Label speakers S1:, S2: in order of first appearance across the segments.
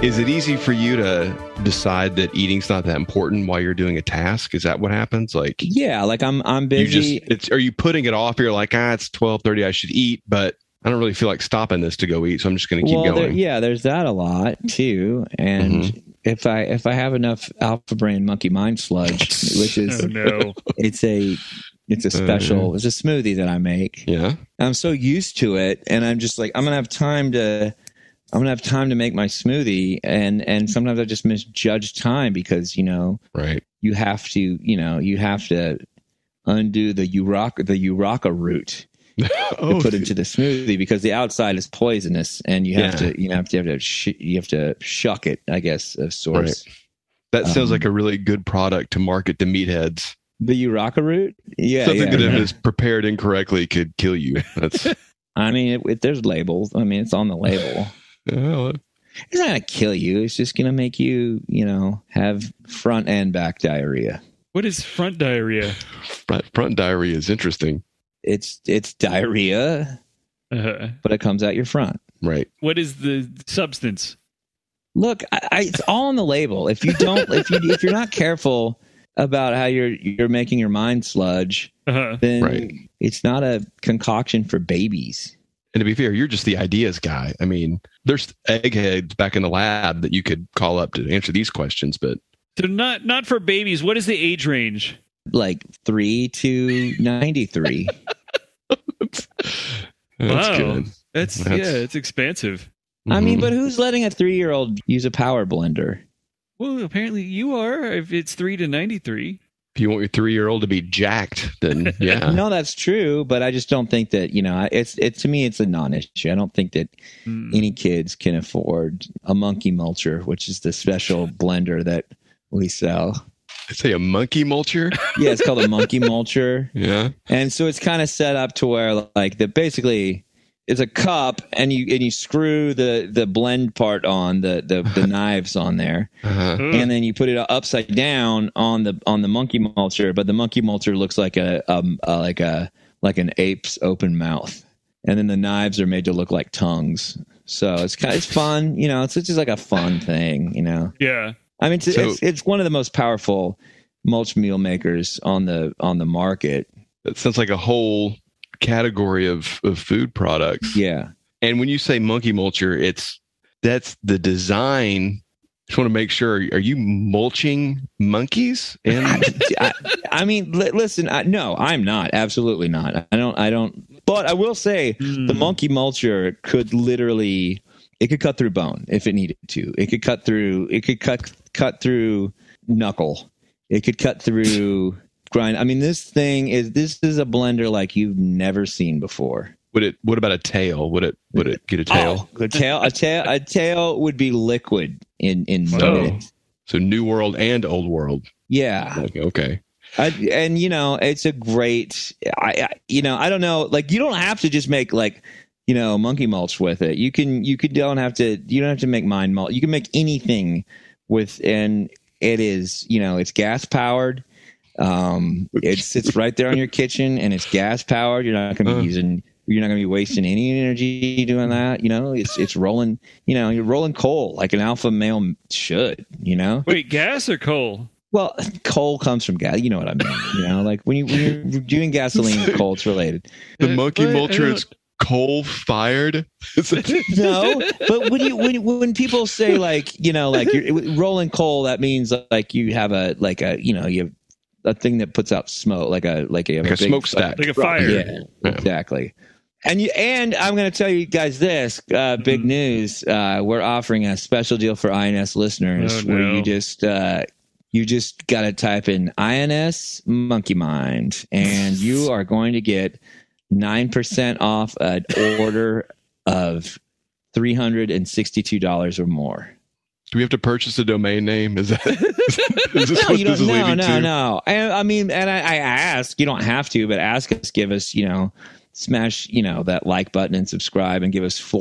S1: Is it easy for you to decide that eating's not that important while you're doing a task? Is that what happens? Like
S2: Yeah, like I'm I'm
S1: you
S2: busy.
S1: just it's are you putting it off? You're like, ah, it's twelve thirty, I should eat, but I don't really feel like stopping this to go eat, so I'm just gonna keep
S2: well,
S1: going. Mm-hmm.
S2: There, yeah, there's that a lot too. And if I if I have enough alpha brain monkey mind sludge, which is
S3: Oh, no.
S2: it's a it's a special it's a smoothie that I make.
S1: Uh-huh. Yeah.
S2: I'm so used to it, and I'm just like I'm gonna have time to. I'm gonna have time to make my smoothie, and and sometimes I just misjudge time because you know
S1: Right.
S2: you have to you know you have to undo the uraka the uraka root to
S1: Oh,
S2: put into the smoothie because the outside is poisonous and you have
S1: Yeah.
S2: to you know, have to you have to sh- you have to shuck it I guess of sorts.
S1: that sounds
S2: um,
S1: like a really good product to market to meatheads.
S2: The uraka root, yeah,
S1: Something
S2: yeah.
S1: that if it's prepared incorrectly could kill you. That's
S2: I mean, it, it, there's labels. I mean, it's on the label.
S1: well,
S2: It's not gonna kill you. It's just gonna make you, you know, have front and back diarrhea.
S3: What is front diarrhea?
S1: front, front diarrhea is interesting.
S2: It's it's diarrhea,
S3: Uh,
S2: but it comes out your front.
S1: Right.
S3: what is the substance?
S2: Look, I, I, it's all on the label. If you don't, if you if you're not careful about how you're you're making your mind sludge,
S3: Uh-huh.
S2: then
S1: Right.
S2: it's not a concoction for babies.
S1: And to be fair, you're just the ideas guy. I mean, there's eggheads back in the lab that you could call up to answer these questions, but
S3: So not not for babies. What is the age range?
S2: Like three to ninety three.
S1: that's
S3: wow.
S1: good.
S3: That's,
S1: That's-
S3: yeah, it's expansive.
S2: I mean,
S1: Mhm.
S2: but who's letting a three year old use a power blender?
S3: Well, apparently you are. If it's three to ninety-three,
S1: if you want your three year old to be jacked, then yeah.
S2: No, that's true, but I just don't think that you know. I- It's it to me, it's a non-issue. I don't think that
S3: Hmm.
S2: any kids can afford a monkey mulcher, which is the special blender that we sell.
S1: Say a monkey mulcher.
S2: Yeah, it's called a monkey mulcher,
S1: Yeah.
S2: and so it's kind of set up to where like that basically it's a cup, and you and you screw the the blend part on the the, the knives on there,
S1: Uh-huh.
S3: Ugh.
S2: and then you put it upside down on the on the monkey mulcher, but the monkey mulcher looks like a um uh, like a like an ape's open mouth, and then the knives are made to look like tongues. So it's kind it's fun, you know. It's just like a fun thing, you know.
S3: yeah,
S2: I mean, it's,
S1: So-
S2: it's it's one of the most powerful mulch meal makers on the on the market.
S1: That sounds like a whole category of, of food products.
S2: Yeah,
S1: And when you say monkey mulcher, it's that's the design. Just want to make sure: are you mulching monkeys? And
S2: I, I mean, li- listen, I, no, I'm not. Absolutely not. I don't. I don't. But I will say, the
S3: Hmm.
S2: monkey mulcher could literally it could cut through bone if it needed to it could cut through it could cut cut through knuckle it could cut through grind i mean this thing is this is a blender like you've never seen before
S1: would it? What about a tail? Would it? Would it get a tail?
S2: a tail a tail a tail would be liquid in in
S3: Wow.
S2: minutes
S1: So new world and old world.
S2: yeah
S1: Like, okay.
S2: I, and you know it's a great I, I you know i don't know like you don't have to just make like you know monkey mulch with it you can you could don't have to you don't have to make mind mulch you can make anything with and it is you know it's gas powered um it sits right there on your kitchen and it's gas powered you're not gonna
S1: Uh.
S2: be using you're not gonna be wasting any energy doing that you know it's it's rolling you know you're rolling coal like an alpha male should you know
S3: Wait, gas or coal?
S2: well, coal comes from gas. You know what I mean? You know, like when, you, when you're doing gasoline, coal's related.
S1: The
S3: Uh,
S1: monkey
S3: what? I
S1: mulcher
S3: don't-
S1: is coal fired. Is that-
S2: No, but when you when when people say like you know like you're rolling coal, that means like you have a like a you know you have a thing that puts out smoke, like a like a,
S1: like a
S2: big-
S1: smokestack.
S3: Like a fire?
S2: Yeah,
S1: Yeah.
S2: exactly. And you, and I'm going to tell you guys this uh, big
S3: Mhm.
S2: news. Uh, we're offering a special deal for INS listeners
S3: Oh,
S2: where
S3: no.
S2: you just uh, you just got to type in INS Monkey Mind, and you are going to get nine percent off an order of three hundred and sixty-two dollars or more.
S1: Do we have to purchase a domain name? Is that is this
S2: No,
S1: what
S2: you
S1: this is
S2: don't. No,
S1: leading
S2: no,
S1: to?
S2: no. I, I mean, and I, I ask. You don't have to, but ask us. Give us, you know, smash, you know, that like button and subscribe, and give us four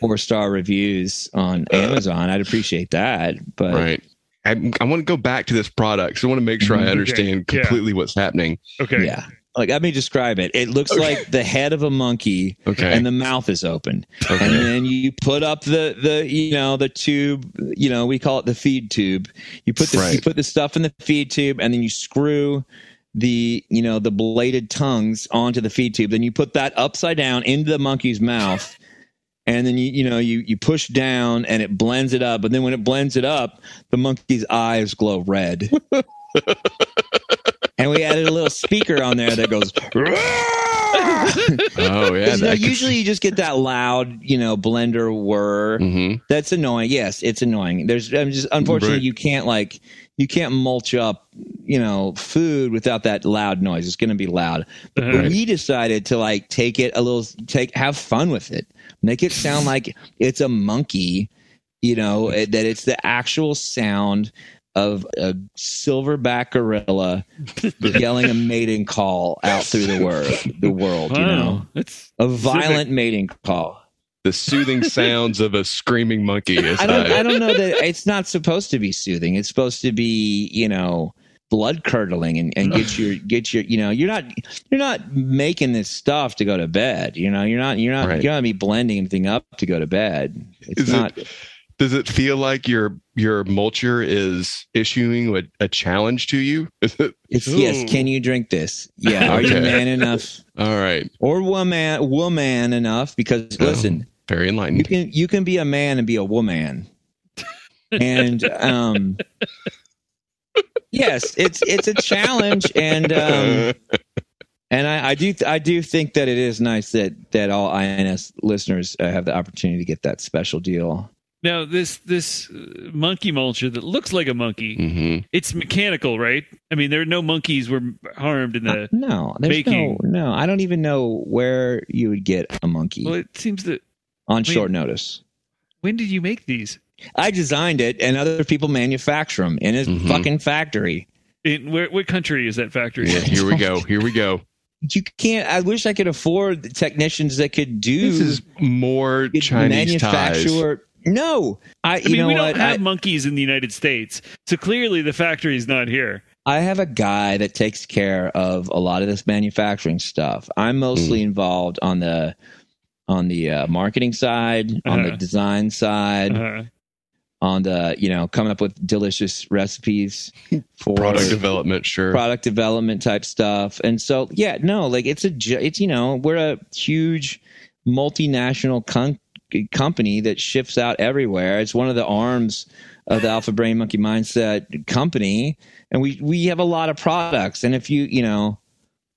S2: four star reviews on Amazon. I'd appreciate that. But
S1: Right. I, I want to go back to this product. So I want to make sure I
S2: Mm-hmm. Okay,
S1: understand
S4: yeah.
S1: completely what's happening.
S4: Okay.
S2: yeah, like let me describe it. It looks like the head of a monkey.
S1: Okay.
S2: And the mouth is open,
S1: Okay.
S2: and then you put up the the you know the tube. You know we call it the feed tube. You put the you
S1: Right.
S2: put the stuff in the feed tube, and then you screw the you know the bladed tongues onto the feed tube. Then you put that upside down into the monkey's mouth, and then you you know you you push down, and it blends it up. And then when it blends it up, the monkey's eyes glow red. and we added a little speaker on there that goes. "Roar!"
S1: oh yeah.
S2: Because, you know, usually you just get that loud, you know, blender whir.
S1: hmm
S2: That's annoying. Yes, it's annoying. There's I'm just unfortunately
S1: Right.
S2: you can't like you can't mulch up, you know, food without that loud noise. It's going to be loud.
S3: Uh-huh.
S2: But
S4: Right.
S2: we decided to like take it a little take have fun with it. Make it sound like it's a monkey, you know, it- that it's the actual sound of a silverback gorilla yelling a mating call out through the world, the world, you know.
S3: Wow. That's
S2: A violent mating call.
S1: The soothing sounds of a screaming monkey. Is
S2: I don't.
S1: I-
S2: I don't know that it's not supposed to be soothing. It's supposed to be, you know, blood curdling and, and get your get your. You know, you're not you're not making this stuff to go to bed. You know, you're not you're not
S1: Right.
S2: you're not gonna be blending anything up to go to bed. It's
S1: Is it-
S2: not.
S1: Does it feel like your your mulcher is issuing a, a challenge to you? Is it
S2: it's
S4: Ooh.
S2: yes. Can you drink this? Yeah. Are you
S1: Okay.
S2: man enough
S1: all right?
S2: or woman woman enough? Because
S1: Oh.
S2: listen,
S1: Very
S2: you
S1: enlightened.
S2: can you can be a man and be a woman and um yes it's it's a challenge and um and I, I do I do think that it is nice that that all INS listeners uh, have the opportunity to get that special deal.
S3: now this this uh, monkey mulcher that looks like a monkey.
S1: hmm
S3: It's mechanical, right? I mean, there are no monkeys were harmed in the.
S2: Uh, no, there's
S3: Baking.
S2: no no. I don't even know where you would get a monkey
S3: Well, it seems that
S2: on
S3: mean-
S2: short notice.
S3: when did you make these?
S2: I designed it, and other people manufacture them in his
S1: Mhm.
S2: fucking factory.
S3: In where? What country is that factory?
S1: Yeah,
S3: in?
S1: here we go. Here we go.
S2: you can't i wish i could afford the technicians that could do
S1: This is more
S2: could
S1: Chinese ties.
S2: manufacture no i,
S3: I
S2: you
S3: mean,
S2: know
S3: we
S2: what
S3: don't have
S2: I,
S3: monkeys in the United States, so clearly the factory's not here.
S2: I have a guy that takes care of a lot of this manufacturing stuff i'm mostly
S1: Hmm.
S2: involved on the on the uh, marketing side on the
S3: Uh-huh.
S2: design side
S3: Uh,
S2: on the you know coming up with delicious recipes for
S1: Product development, sure.
S2: product development type stuff. And so, yeah, no, like it's a, ju- it's, you know, we're a huge multinational con- company that ships out everywhere. It's one of the arms of the Alpha Brain Monkey Mindset company. And we, we have a lot of products. And if you, you know,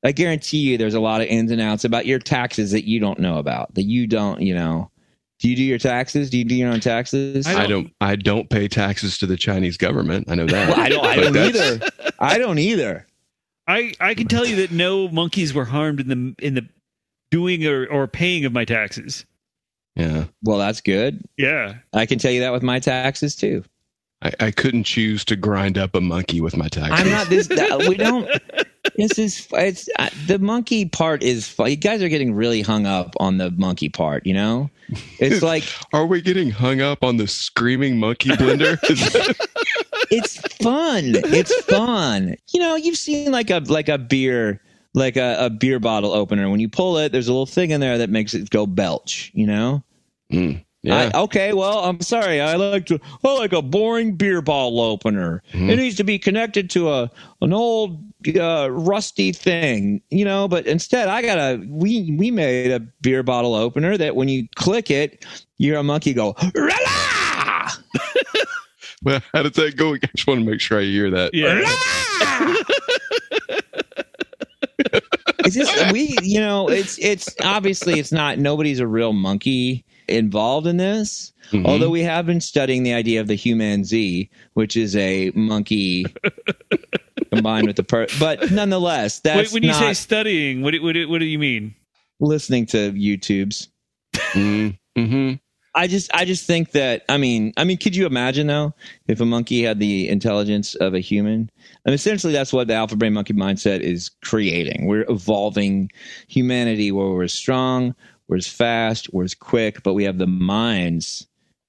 S2: I guarantee you there's a lot of ins and outs about your taxes that you don't know about, that you don't, you know, do you do your taxes? Do you do your own taxes?
S1: I don't. I don't pay taxes to the Chinese government. I know that.
S2: Well, I don't, I
S1: But
S2: don't
S1: that's-
S2: either. I don't either.
S3: I I can tell you that no monkeys were harmed in the in the doing or, or paying of my taxes.
S1: Yeah,
S2: Well, that's good.
S3: Yeah,
S2: I can tell you that with my taxes too.
S1: I, I couldn't choose to grind up a monkey with my taxes.
S2: I'm not this. We don't. This is it's uh, the monkey part is. fu- You guys are getting really hung up on the monkey part. You know, it's like
S1: Are we getting hung up on the screaming monkey blender? Is that-
S2: it's fun. It's fun. You know, you've seen like a like a beer like a, a beer bottle opener. When you pull it, there's a little thing in there that makes it go belch. You know.
S1: Mm, yeah.
S2: I, okay, well, I'm sorry. I like to I like a boring beer bottle opener.
S1: Mhm.
S2: It needs to be connected to a an old uh, rusty thing, you know. But instead, I got a we we made a beer bottle opener that when you click it, you're a monkey go "Rala!
S1: well, how does that go? I just want to make sure I hear that.
S3: yeah.
S2: Is this we? You know, it's it's obviously it's not. Nobody's a real monkey involved in this.
S1: Mhm.
S2: Mm-hmm.
S3: Mm-hmm.
S2: Although we have been studying the idea of the human Z, which is a monkey combined with the per. But nonetheless, that's
S3: Wait, when you
S2: not
S3: say studying, what do, what, do, what do you mean?
S2: listening to YouTube's.
S1: Mm, hmm
S2: I just I just think that I mean I mean could you imagine though if a monkey had the intelligence of a human? I mean essentially that's what the alpha brain monkey mindset is creating. We're evolving humanity where we're as strong, we're as fast, we're as quick, but we have the minds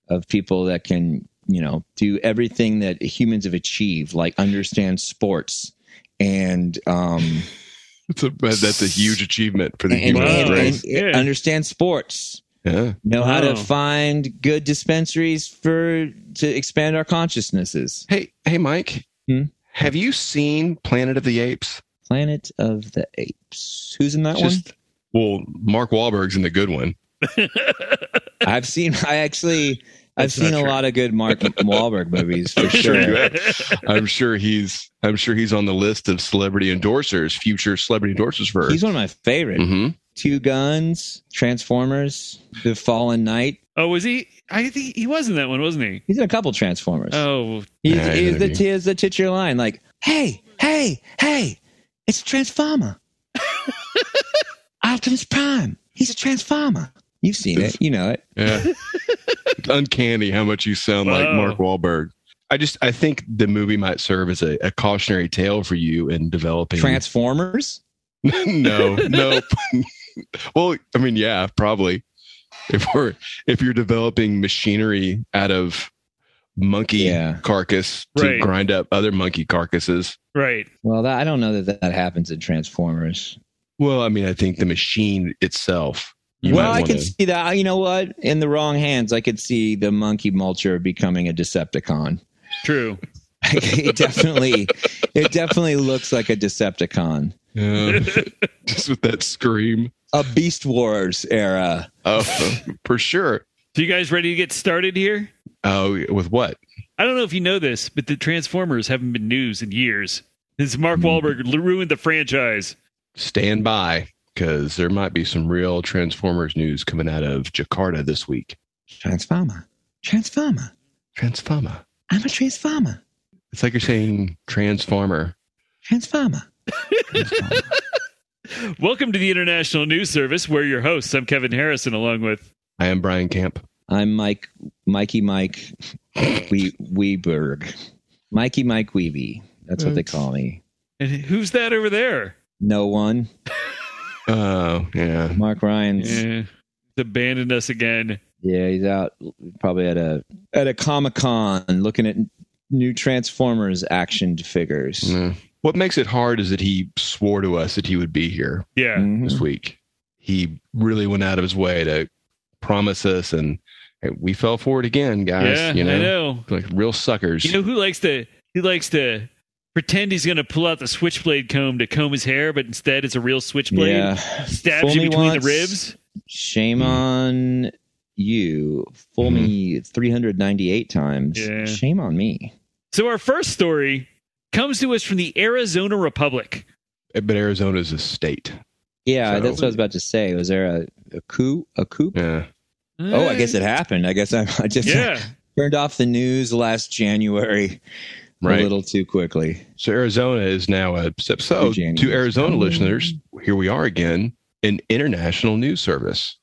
S2: of people that can, you know, do everything that humans have achieved, like understand sports and um
S1: That's a that's a huge achievement for the
S2: and,
S1: human
S3: Wow.
S2: and-
S1: race.
S2: and- and
S3: Yeah.
S2: understand sports
S1: Yeah.
S2: know how to
S3: Wow.
S2: find good dispensaries for to expand our consciousnesses.
S1: Hey, hey, Mike.
S2: Hmm?
S1: Have you seen Planet of the Apes?
S2: Planet of the Apes. Who's in that
S1: Just well, Mark Wahlberg's in the good one.
S2: one? I've seen. I actually. I've
S3: That's not
S2: seen a
S3: true.
S2: lot of good Mark Wahlberg movies for
S1: I'm sure you
S2: sure.
S1: have. I'm sure he's. I'm sure he's on the list of celebrity endorsers, future celebrity endorsers for.
S2: He's one of my favorite.
S1: hmm
S2: Two Guns, Transformers, The Fallen Knight.
S3: Oh, was he? I think he was in that one, wasn't he?
S2: He's in a couple Transformers.
S3: Oh,
S2: he's,
S1: Yeah, he's
S2: he's
S1: in a
S2: the
S1: few.
S2: he is the titular line like, "Hey, hey, hey, it's a Transformer." Optimus Prime. He's a Transformer. You've seen it. You know it.
S1: Yeah. It's uncanny how much you sound like
S3: Wow.
S1: Mark Wahlberg. I just I think the movie might serve as a, a cautionary tale for you in developing
S2: Transformers.
S1: no, no. well, I mean, yeah, probably. If we're if you're developing machinery out of monkey
S2: Yeah.
S1: carcass to
S3: Right.
S1: grind up other monkey carcasses,
S3: right.
S2: Well, that, I don't know that that happens in Transformers.
S1: well, I mean, I think the machine itself. you might
S2: well, I
S1: wanna-
S2: could see that. You know what? In the wrong hands, I could see the monkey mulcher becoming a Decepticon.
S3: True.
S2: it definitely, it definitely looks like a Decepticon.
S1: Yeah. just with that scream.
S2: A Beast Wars era.
S1: Oh, for sure.
S3: So you guys ready to get started here?
S1: Oh, with what?
S3: I don't know if you know this, but the Transformers haven't been news in years. Since Mark
S2: Hmm.
S3: Wahlberg l- ruined the franchise.
S1: Stand by because there might be some real Transformers news coming out of Jakarta this week.
S2: Transformer. Transformer.
S1: Transformer.
S2: I'm a Transformer.
S1: It's like you're saying Transformer.
S2: Transformer.
S3: Welcome to the International News Service. We're your hosts. I'm Kevin Harrison, along with
S1: I am Brian Camp.
S2: I'm Mike, Mikey Mike we, Weberg. Mikey Mike Weeby. That's what they call me.
S3: and who's that over there?
S2: No one.
S1: Oh, yeah.
S2: Mark Ryan's.
S3: Yeah. Abandoned us again.
S2: Yeah, he's out probably at a at a Comic Con looking at new Transformers action figures.
S1: Yeah. What makes it hard is that he swore to us that he would be here
S3: Yeah.
S2: Mhm.
S1: this week. He really went out of his way to promise us, and hey, we fell for it again, guys.
S3: yeah.
S1: you know,
S3: I know.
S1: like real suckers.
S3: You know who likes to he likes to pretend he's gonna pull out the switchblade comb to comb his hair, but instead it's a real switchblade.
S2: Yeah,
S3: Stabs
S2: Fool
S3: you
S2: me
S3: between
S2: once,
S3: the ribs.
S2: Shame
S1: Hmm.
S2: on you. Fool me
S1: Mm-hmm.
S2: three hundred ninety eight times.
S3: Yeah.
S2: Shame on me.
S3: So our first story comes to us from the Arizona Republic.
S1: But Arizona's a state.
S2: Yeah,
S1: So-
S2: that's what I was about to say. Was there a, a coup? A coup?
S1: Yeah.
S2: Oh, I guess it happened. I guess I, I just
S3: Yeah.
S2: turned off the news last January
S1: Right.
S2: a little too quickly.
S1: So Arizona is now a so- so
S2: January.
S1: to Arizona listeners, here we are again, an international news service.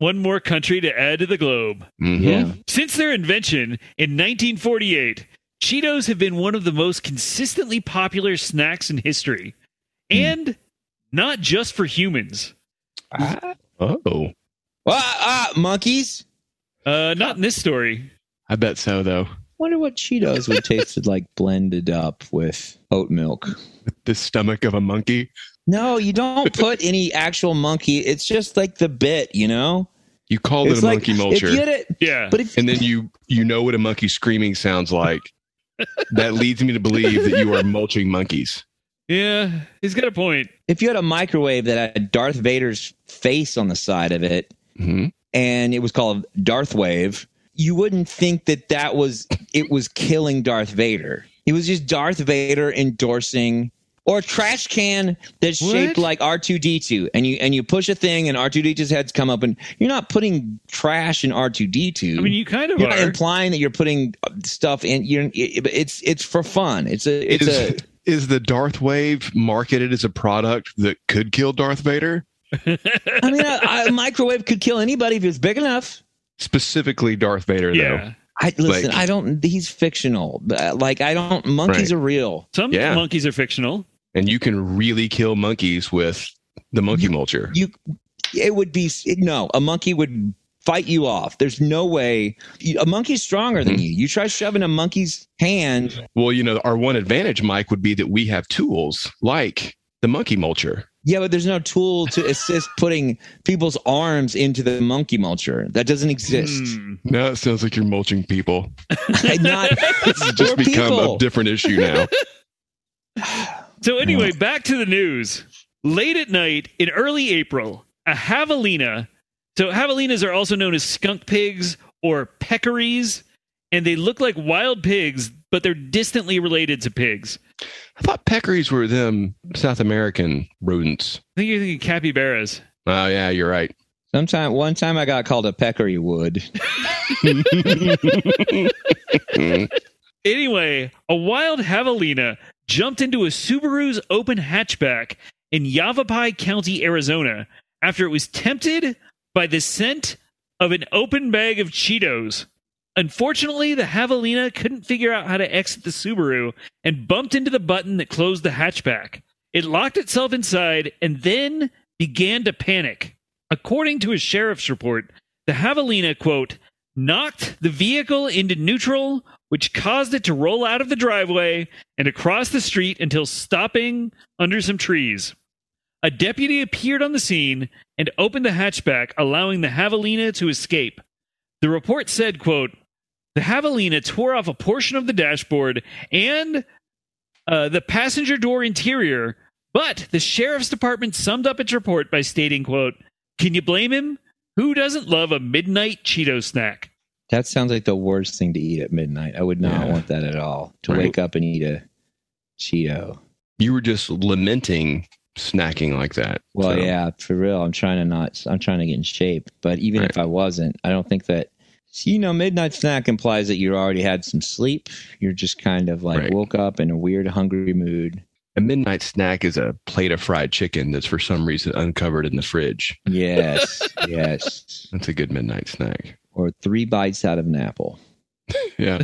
S3: One more country to add to the globe.
S1: Mhm.
S2: Yeah.
S3: Hmm? Since their invention in 1948, Cheetos have been one of the most consistently popular snacks in history. And not just for humans.
S1: Oh,
S2: Ah, ah, monkeys.
S3: Uh, not in this story.
S1: I bet so though.
S2: Wonder what Cheetos would tasted like blended up with oat milk.
S1: The stomach of a monkey.
S2: No, you don't put any actual monkey. It's just like the bit, you know.
S1: You called
S2: it's
S1: it a
S2: like
S1: monkey
S2: If
S1: mulcher,
S2: you had it,
S3: Yeah.
S2: but if
S1: and then you you know what a monkey screaming sounds like. that leads me to believe that you are mulching monkeys.
S3: yeah. He's got a point.
S2: if you had a microwave that had Darth Vader's face on the side of it,
S1: Mhm.
S2: and it was called Darth Wave, you wouldn't think that that was it was killing Darth Vader. It was just Darth Vader endorsing or a trash can that's
S3: What?
S2: shaped like R2D2 and you and you push a thing and R2D2's heads come up and you're not putting trash in R2D2.
S3: I mean, you kind of
S2: you're not
S3: are.
S2: implying that you're putting stuff in. You're it- it's it's for fun. It's a it's
S1: Is-
S2: a
S1: is the Darth Wave marketed as a product that could kill Darth Vader?
S2: I mean, I, I, a microwave could kill anybody if it's big enough.
S1: Specifically, Darth Vader,
S3: yeah.
S2: I listen.
S1: Like-
S2: I don't. He's fictional. Uh, Like I don't. Monkeys
S1: Right.
S2: are real.
S3: Some
S1: Yeah.
S3: monkeys are fictional.
S1: though. And you can really kill monkeys with the monkey mulcher.
S2: You. It would be it- no. A monkey would fight you off. There's no way. You, a monkey's stronger than
S1: Mhm.
S2: you. You try shoving a monkey's hand.
S1: Well, you know, our one advantage, Mike, would be that we have tools like the monkey mulcher.
S2: Yeah, but there's no tool to assist putting people's arms into the monkey mulcher. That doesn't exist.
S3: Hmm.
S1: Now it sounds like you're mulching people.
S2: Not
S1: It's Hmm. just
S2: We're
S1: become
S2: people.
S1: a different issue now.
S3: So anyway, back to the news. Late at night in early April, a javelina. So javelinas are also known as skunk pigs or peccaries, and they look like wild pigs, but they're distantly related to pigs.
S1: I thought peccaries were them South American rodents.
S3: I think you're thinking capybaras.
S1: Oh yeah, you're right.
S2: Sometime one time I got called a peccary wood. Mm-hmm.
S1: Mm.
S3: Anyway, a wild javelina jumped into a Subaru's open hatchback in Yavapai County, Arizona, after it was tempted by the scent of an open bag of Cheetos. Unfortunately, the javelina couldn't figure out how to exit the Subaru and bumped into the button that closed the hatchback. It locked itself inside and then began to panic. According to a sheriff's report, the javelina, quote, knocked the vehicle into neutral, which caused it to roll out of the driveway and across the street until stopping under some trees. A deputy appeared on the scene and opened the hatchback, allowing the javelina to escape. The report said, quote, the javelina tore off a portion of the dashboard and uh, the passenger door interior, but the sheriff's department summed up its report by stating, quote, can you blame him? Who doesn't love a midnight Cheeto snack?
S2: That sounds like the worst thing to eat at midnight. I would not
S1: Yeah.
S2: want that at all. To
S1: Right.
S2: wake up and eat a Cheeto.
S1: you were just lamenting snacking like that.
S2: Well,
S1: So,
S2: yeah, for real. I'm trying to not. I'm trying to get in shape. But even if I wasn't, I don't think that. You know, midnight snack implies that you already had some sleep. You're just kind of like
S1: Right.
S2: woke up in a weird hungry mood.
S1: A midnight snack is a plate of fried chicken that's for some reason uncovered in the fridge.
S2: Yes, yes.
S1: That's a good midnight snack.
S2: Or three bites out of an apple.
S1: Yeah.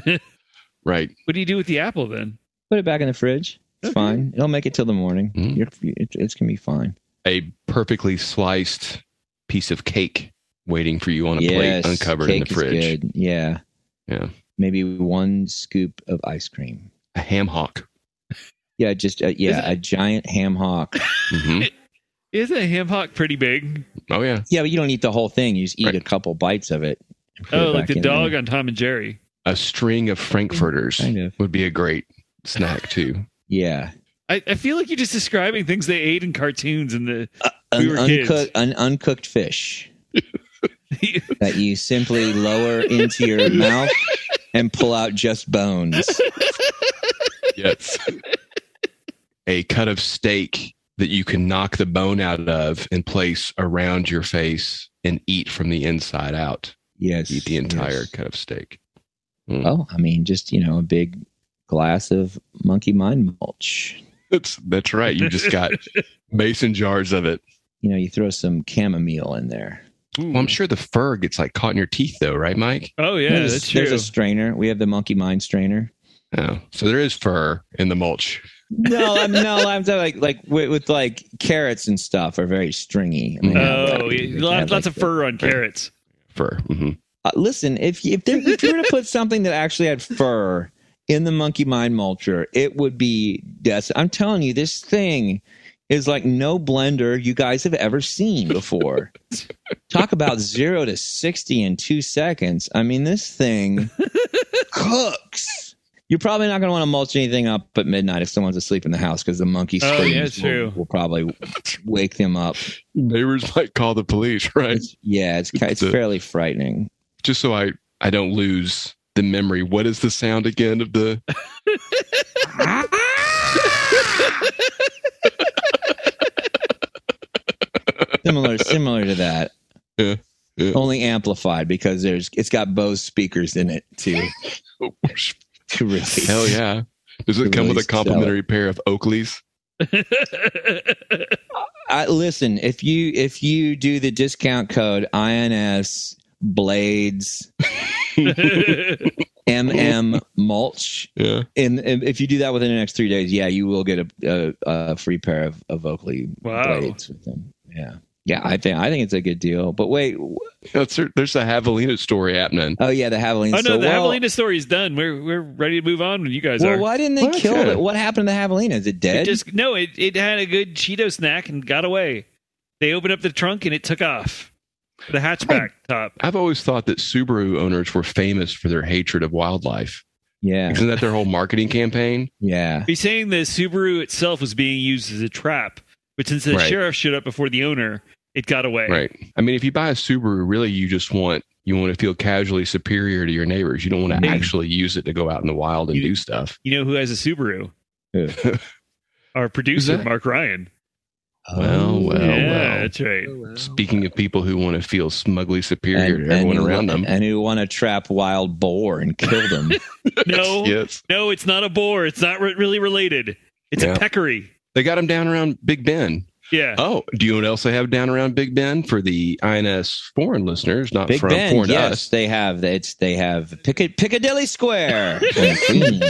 S1: right.
S3: What do you do with the apple then?
S2: Put it back in the fridge. It's
S3: Okay.
S2: fine. It'll make it till the morning.
S1: Mm.
S2: You're, it, it's gonna be fine.
S1: A perfectly sliced piece of cake waiting for you on a plate uncovered in
S2: cake
S1: the
S2: is
S1: fridge.
S2: good. Yeah.
S1: Yeah.
S2: Maybe one scoop of ice cream.
S1: A ham hock.
S2: Yeah, just uh,
S3: Is
S2: yeah,
S3: it-
S2: a giant ham hock.
S1: hmm
S3: Is a ham hock pretty big?
S1: Oh yeah.
S2: Yeah, but you don't eat the whole thing. You just eat
S1: Right.
S2: a couple bites of it. and put
S3: Oh,
S2: it
S3: like
S2: back
S3: the
S2: in
S3: dog
S2: there.
S3: on Tom and Jerry.
S1: A string of frankfurters
S2: Kind of.
S1: would be a great snack too.
S2: Yeah,
S3: I, I feel like you're just describing things they ate in cartoons and the
S2: an
S3: We were kids.
S2: uncooked an uncooked fish that you simply lower into your mouth and pull out just bones.
S1: yes. a cut of steak that you can knock the bone out of and place around your face and eat from the inside out.
S2: Yes,
S1: Eat the entire
S2: yes.
S1: cut of steak.
S2: Oh, I mean, just you know, a big glass of monkey mind mulch.
S1: That's that's right. You just got mason jars of it.
S2: You know, you throw some chamomile in there.
S1: Well, I'm sure the fur gets like caught in your teeth though, right, Mike?
S3: Oh yeah,
S2: there's, a-
S3: that's
S2: there's
S3: true.
S2: a strainer. We have the monkey mind strainer.
S1: Oh. So there is fur in the mulch.
S2: No, I'm no, I'm talking like like with, with like carrots and stuff are very stringy. I mean,
S3: oh,
S2: they
S3: yeah,
S2: have,
S3: lots,
S2: like,
S3: lots of
S2: the-
S3: fur on carrots.
S1: Fur. hmm
S2: Uh, listen, if you- if, there, if you were to put something that actually had fur in the monkey mind mulcher, it would be death. I'm telling you, this thing is like no blender you guys have ever seen before. Talk about zero to sixty in two seconds. I mean, this thing cooks. You're probably not going to want to mulch anything up at midnight if someone's asleep in the house because the monkey
S3: Oh,
S2: screams
S3: yeah, true.
S2: will, will probably wake them up.
S1: Neighbors might call the police, right?
S2: It's, yeah, it's ki- it's
S1: The-
S2: fairly frightening.
S1: Just so I I don't lose the memory. What is the sound again of the
S2: similar similar to that
S1: Yeah, yeah.
S2: only amplified because there's it's got Bose speakers in it to to release.
S1: Hell yeah. Does it
S2: To
S1: come with
S2: really
S1: a
S2: sell it.
S1: complimentary pair of Oakleys?
S3: Oh,
S2: I, listen, if you if you do the discount code INS Blades MM Mulch,
S1: Yeah.
S2: and, and if you do that within the next three days, yeah, you will get a a, a free pair of, of Oakley
S3: Wow.
S2: blades with them. Yeah, yeah, I think I think it's a good deal. But wait,
S1: That's, there- there's a Javelina story happening.
S2: oh yeah, the Havilene.
S3: oh no,
S2: so,
S3: the
S2: well,
S3: Javelina story is done. We're we're ready to move on when you guys
S2: Well,
S3: are.
S2: why didn't they
S1: What?
S2: kill
S1: Yeah.
S2: it? What happened to the Javelina? Is it dead?
S3: It just no, it, it had a good Cheeto snack and got away. They opened up the trunk and it took off. The hatchback top.
S1: I've always thought that Subaru owners were famous for their hatred of wildlife.
S2: yeah,
S1: Isn't that their whole marketing campaign?
S2: yeah.
S3: He's saying the Subaru itself was being used as a trap, but since the
S1: Right.
S3: sheriff showed up before the owner, it got away.
S1: Right. I mean, if you buy a Subaru, really, you just want you want to feel casually superior to your neighbors. You don't want to
S2: Mhm.
S1: actually use it to go out in the wild and
S3: You-
S1: do stuff.
S3: You know who has a Subaru?
S2: Who?
S3: Our producer,
S1: that? Oh,
S3: Mark Ryan.
S2: Oh,
S1: Well, well,
S3: yeah,
S1: well.
S3: that's right.
S1: Speaking of people who want to feel smugly superior to everyone
S2: who,
S1: around them.
S2: and who want to trap wild boar and kill them.
S3: No,
S1: Yes.
S3: no, it's not a boar. It's not re- really related. It's
S1: Yeah.
S3: a peccary.
S1: They got them down around Big Bend.
S3: Yeah.
S1: Oh, do you know what else they have down around Big Bend for the INS foreign listeners, not
S2: Big
S1: from
S2: Ben,
S1: foreign to
S2: yes,
S1: us?
S2: they have. It's they have Picca- Piccadilly Square and, Queen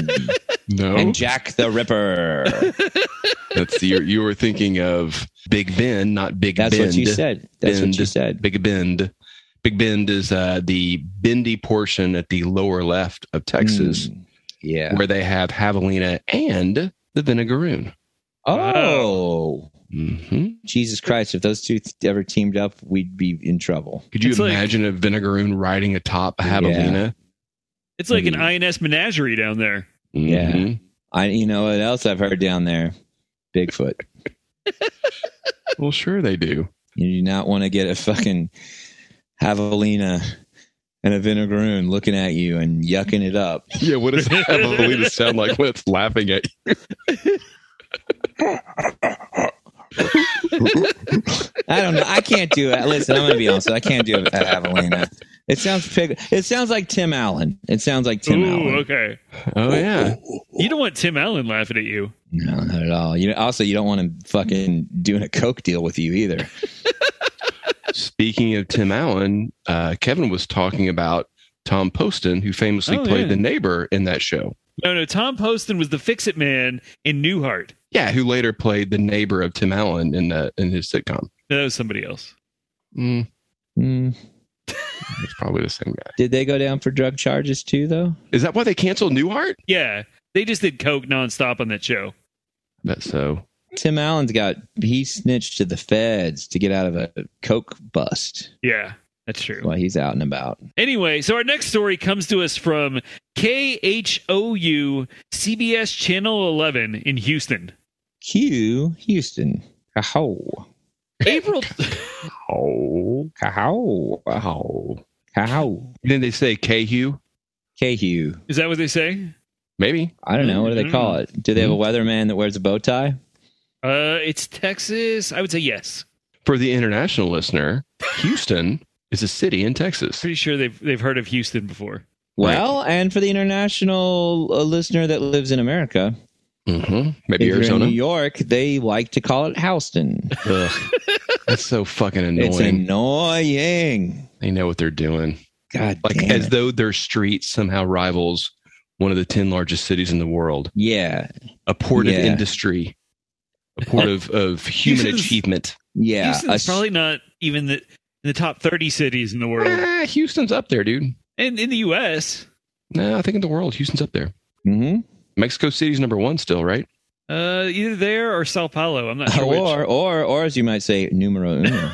S1: No,
S2: and Jack the Ripper.
S1: that's you. You were thinking of Big Bend, not Big
S2: That's
S1: Bend.
S2: what you said. That's
S1: Bend.
S2: what you said.
S1: Big Bend. Big Bend is uh, the bendy portion at the lower left of Texas,
S2: Mm. Yeah.
S1: where they have javelina and the vinegaroon.
S2: Oh,
S1: hmm
S2: Jesus Christ! If those two th- ever teamed up, we'd be in trouble.
S1: Could you
S3: It's like-
S1: imagine a vinegaroon riding atop a javelina?
S3: It's like an
S1: Mm.
S3: INS menagerie down there.
S2: Yeah.
S1: Mhm.
S2: I, you know what else I've heard down there? Bigfoot.
S1: Well, sure they do.
S2: You do not want to get a fucking javelina and a vinegaroon looking at you and yucking it up.
S1: Yeah, what does javelina sound like when it's laughing at you?
S2: I don't know. I can't do it. Listen, I'm gonna be honest. I can't do a javelina. It sounds pig. It sounds like Tim Allen. It sounds like Tim
S3: Ooh,
S2: Allen.
S3: okay.
S1: Oh yeah,
S3: You don't want Tim Allen laughing at you.
S2: No, not at all. You know, also you don't want him fucking doing a coke deal with you either.
S1: Speaking of Tim Allen, uh, Kevin was talking about Tom Poston, who famously
S3: Oh,
S1: played
S3: yeah.
S1: the neighbor in that show.
S3: No, no. Tom Poston was the fix it man in Newhart.
S1: Yeah, who later played the neighbor of Tim Allen in the in his sitcom.
S3: No, that was somebody else.
S1: Mm,
S2: Hmm.
S1: it's probably the same guy.
S2: Did they go down for drug charges too, though?
S1: Is that why they canceled Newhart?
S3: Yeah. They just did Coke nonstop on that show.
S1: But so
S2: Tim Allen's got he snitched to the feds to get out of a coke bust
S3: Yeah. That's true.
S2: while he's out and about.
S3: Anyway, so our next story comes to us from KHOU CBS Channel 11 in Houston.
S2: Q Houston. Kahow.
S3: April
S1: oh
S2: Kahow.
S1: wow.
S2: Kahow.
S1: Didn't they say K-Hugh?
S2: Kahoo.
S3: Is that what they say?
S1: Maybe
S2: I don't know. What do they call it? Do they
S1: Mm-hmm.
S2: have a weatherman that wears a bow tie?
S3: Uh it's Texas. I would say yes.
S1: for the international listener, Houston is a city in Texas.
S3: Pretty sure they've they've heard of Houston before.
S2: Well, and for the international uh, listener that lives in America,
S1: hmm Maybe
S2: if you're in
S1: Arizona.
S2: New York, they like to call it Houston.
S1: Ugh. That's so fucking
S2: It's
S1: annoying.
S2: annoying.
S1: they know what they're doing.
S2: God
S1: Like
S2: damn
S1: as
S2: it.
S1: though their street somehow rivals one of the 10 largest cities in the world,
S2: yeah,
S1: a port
S2: Yeah.
S1: of industry, a port of, of human
S3: Houston's-
S1: achievement.
S2: yeah.
S3: Houston's
S2: Us-
S3: probably not even the, in the top 30 cities in the world.
S1: Ah, Houston's up there, dude.
S3: and in the US,
S1: No, I think in the world, Houston's up there.
S2: Mhm.
S1: Mexico City's number one still, right?
S3: uh either there or Sao Paulo, I'm not sure which.
S2: or or or as you might say, numero uno,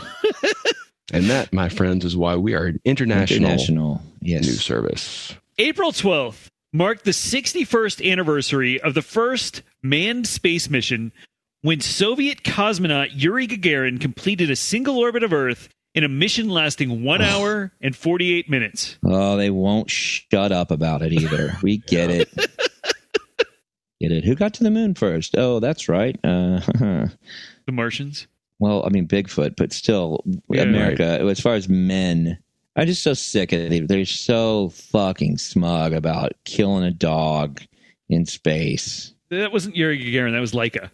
S1: And that, my friends, is why we are an international,
S2: international. Yes.
S1: news service.
S3: April 12th marked the 61st anniversary of the first manned space mission when Soviet cosmonaut Yuri Gagarin completed a single orbit of Earth in a mission lasting one hour and 48 minutes.
S2: Oh, they won't shut up about it either. We get it. get it. Who got to the moon first? Oh, that's right. Uh,
S3: The Martians.
S2: well, I mean Bigfoot, but still,
S3: Yeah.
S2: America. As far as men, I'm just so sick of it. They're so fucking smug about killing a dog in space.
S3: That wasn't Yuri Gagarin. That was Leica.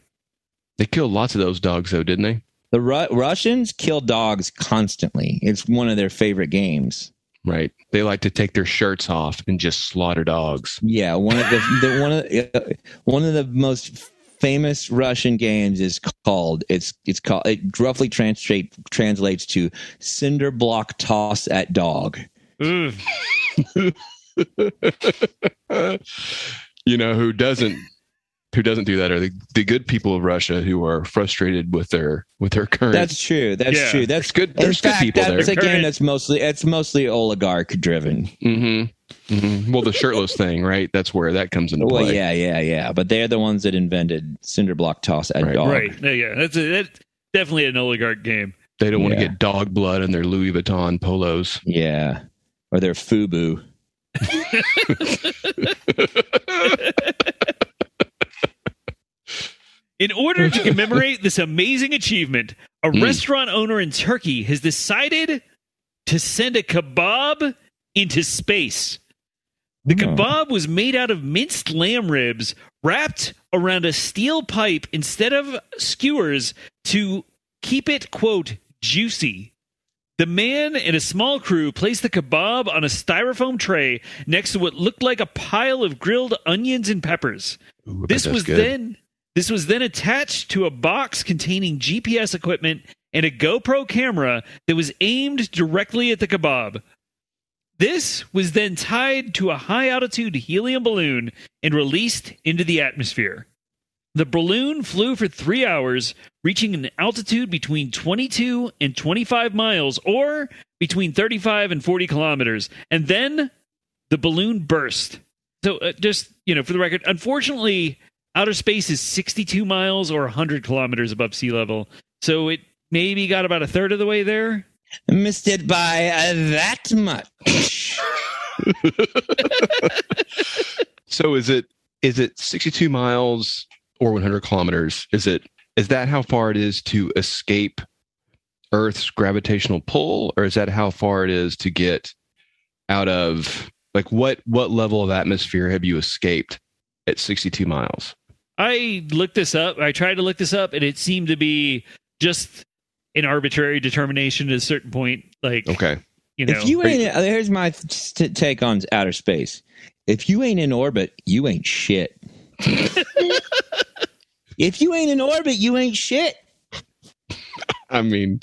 S1: They killed lots of those dogs, though, didn't they?
S2: The Ru- Russians kill dogs constantly. It's one of their favorite games.
S1: Right. They like to take their shirts off and just slaughter dogs.
S2: Yeah, one of the, the one of the, uh, one of the most famous Russian games is called it's it's called it roughly translate, translates to cinder block toss at dog.
S3: Ugh.
S1: you know who doesn't who doesn't do that are the, the good people of Russia who are frustrated with their with their current.
S2: That's true. That's
S3: Yeah.
S2: true.
S1: There's
S2: That's
S1: good- there's
S2: in
S1: good
S2: fact,
S1: people
S2: that's
S1: there.
S2: a game
S3: Current-
S2: that's mostly it's mostly oligarch driven.
S1: Mm-hmm. hmm Well, the shirtless thing, right? That's where that comes into play.
S2: Well, yeah, yeah, yeah. But they're the ones that invented cinder block toss at
S1: Right.
S2: dog.
S3: Right. Yeah, yeah. That's, a, that's definitely an oligarch game.
S1: They don't want to
S2: Yeah.
S1: get dog blood in their Louis Vuitton polos.
S2: Yeah. Or they're FUBU.
S3: In order to commemorate this amazing achievement, a
S1: Mm.
S3: restaurant owner in Turkey has decided to send a kebab into space. The
S2: Oh.
S3: kebab was made out of minced lamb ribs wrapped around a steel pipe instead of skewers to keep it, quote, juicy. The man and a small crew placed the kebab on a styrofoam tray next to what looked like a pile of grilled onions and peppers.
S1: Ooh, I bet
S3: This
S1: that's
S3: was
S1: good.
S3: then this was then attached to a box containing GPS equipment and a GoPro camera that was aimed directly at the kebab. This was then tied to a high altitude helium balloon and released into the atmosphere. The balloon flew for three hours, reaching an altitude between 22 and 25 miles, or between 35 and 40 kilometers, and then the balloon burst. So, uh, just you know, for the record, unfortunately, outer space is 62 miles or 100 kilometers above sea level, so it maybe got about a third of the way there.
S2: Missed it by uh, that much.
S1: So is it is it 62 miles or 100 kilometers? Is it is that how far it is to escape Earth's gravitational pull, or is that how far it is to get out of like what what level of atmosphere have you escaped at 62 miles?
S3: I looked this up. I tried to look this up, and it seemed to be just an arbitrary determination at a certain point. Like,
S1: Okay,
S3: you know,
S2: If you ain't, uh, here's my t- take on outer space. If you ain't in orbit, you ain't shit. if you ain't in orbit, you ain't shit.
S1: I mean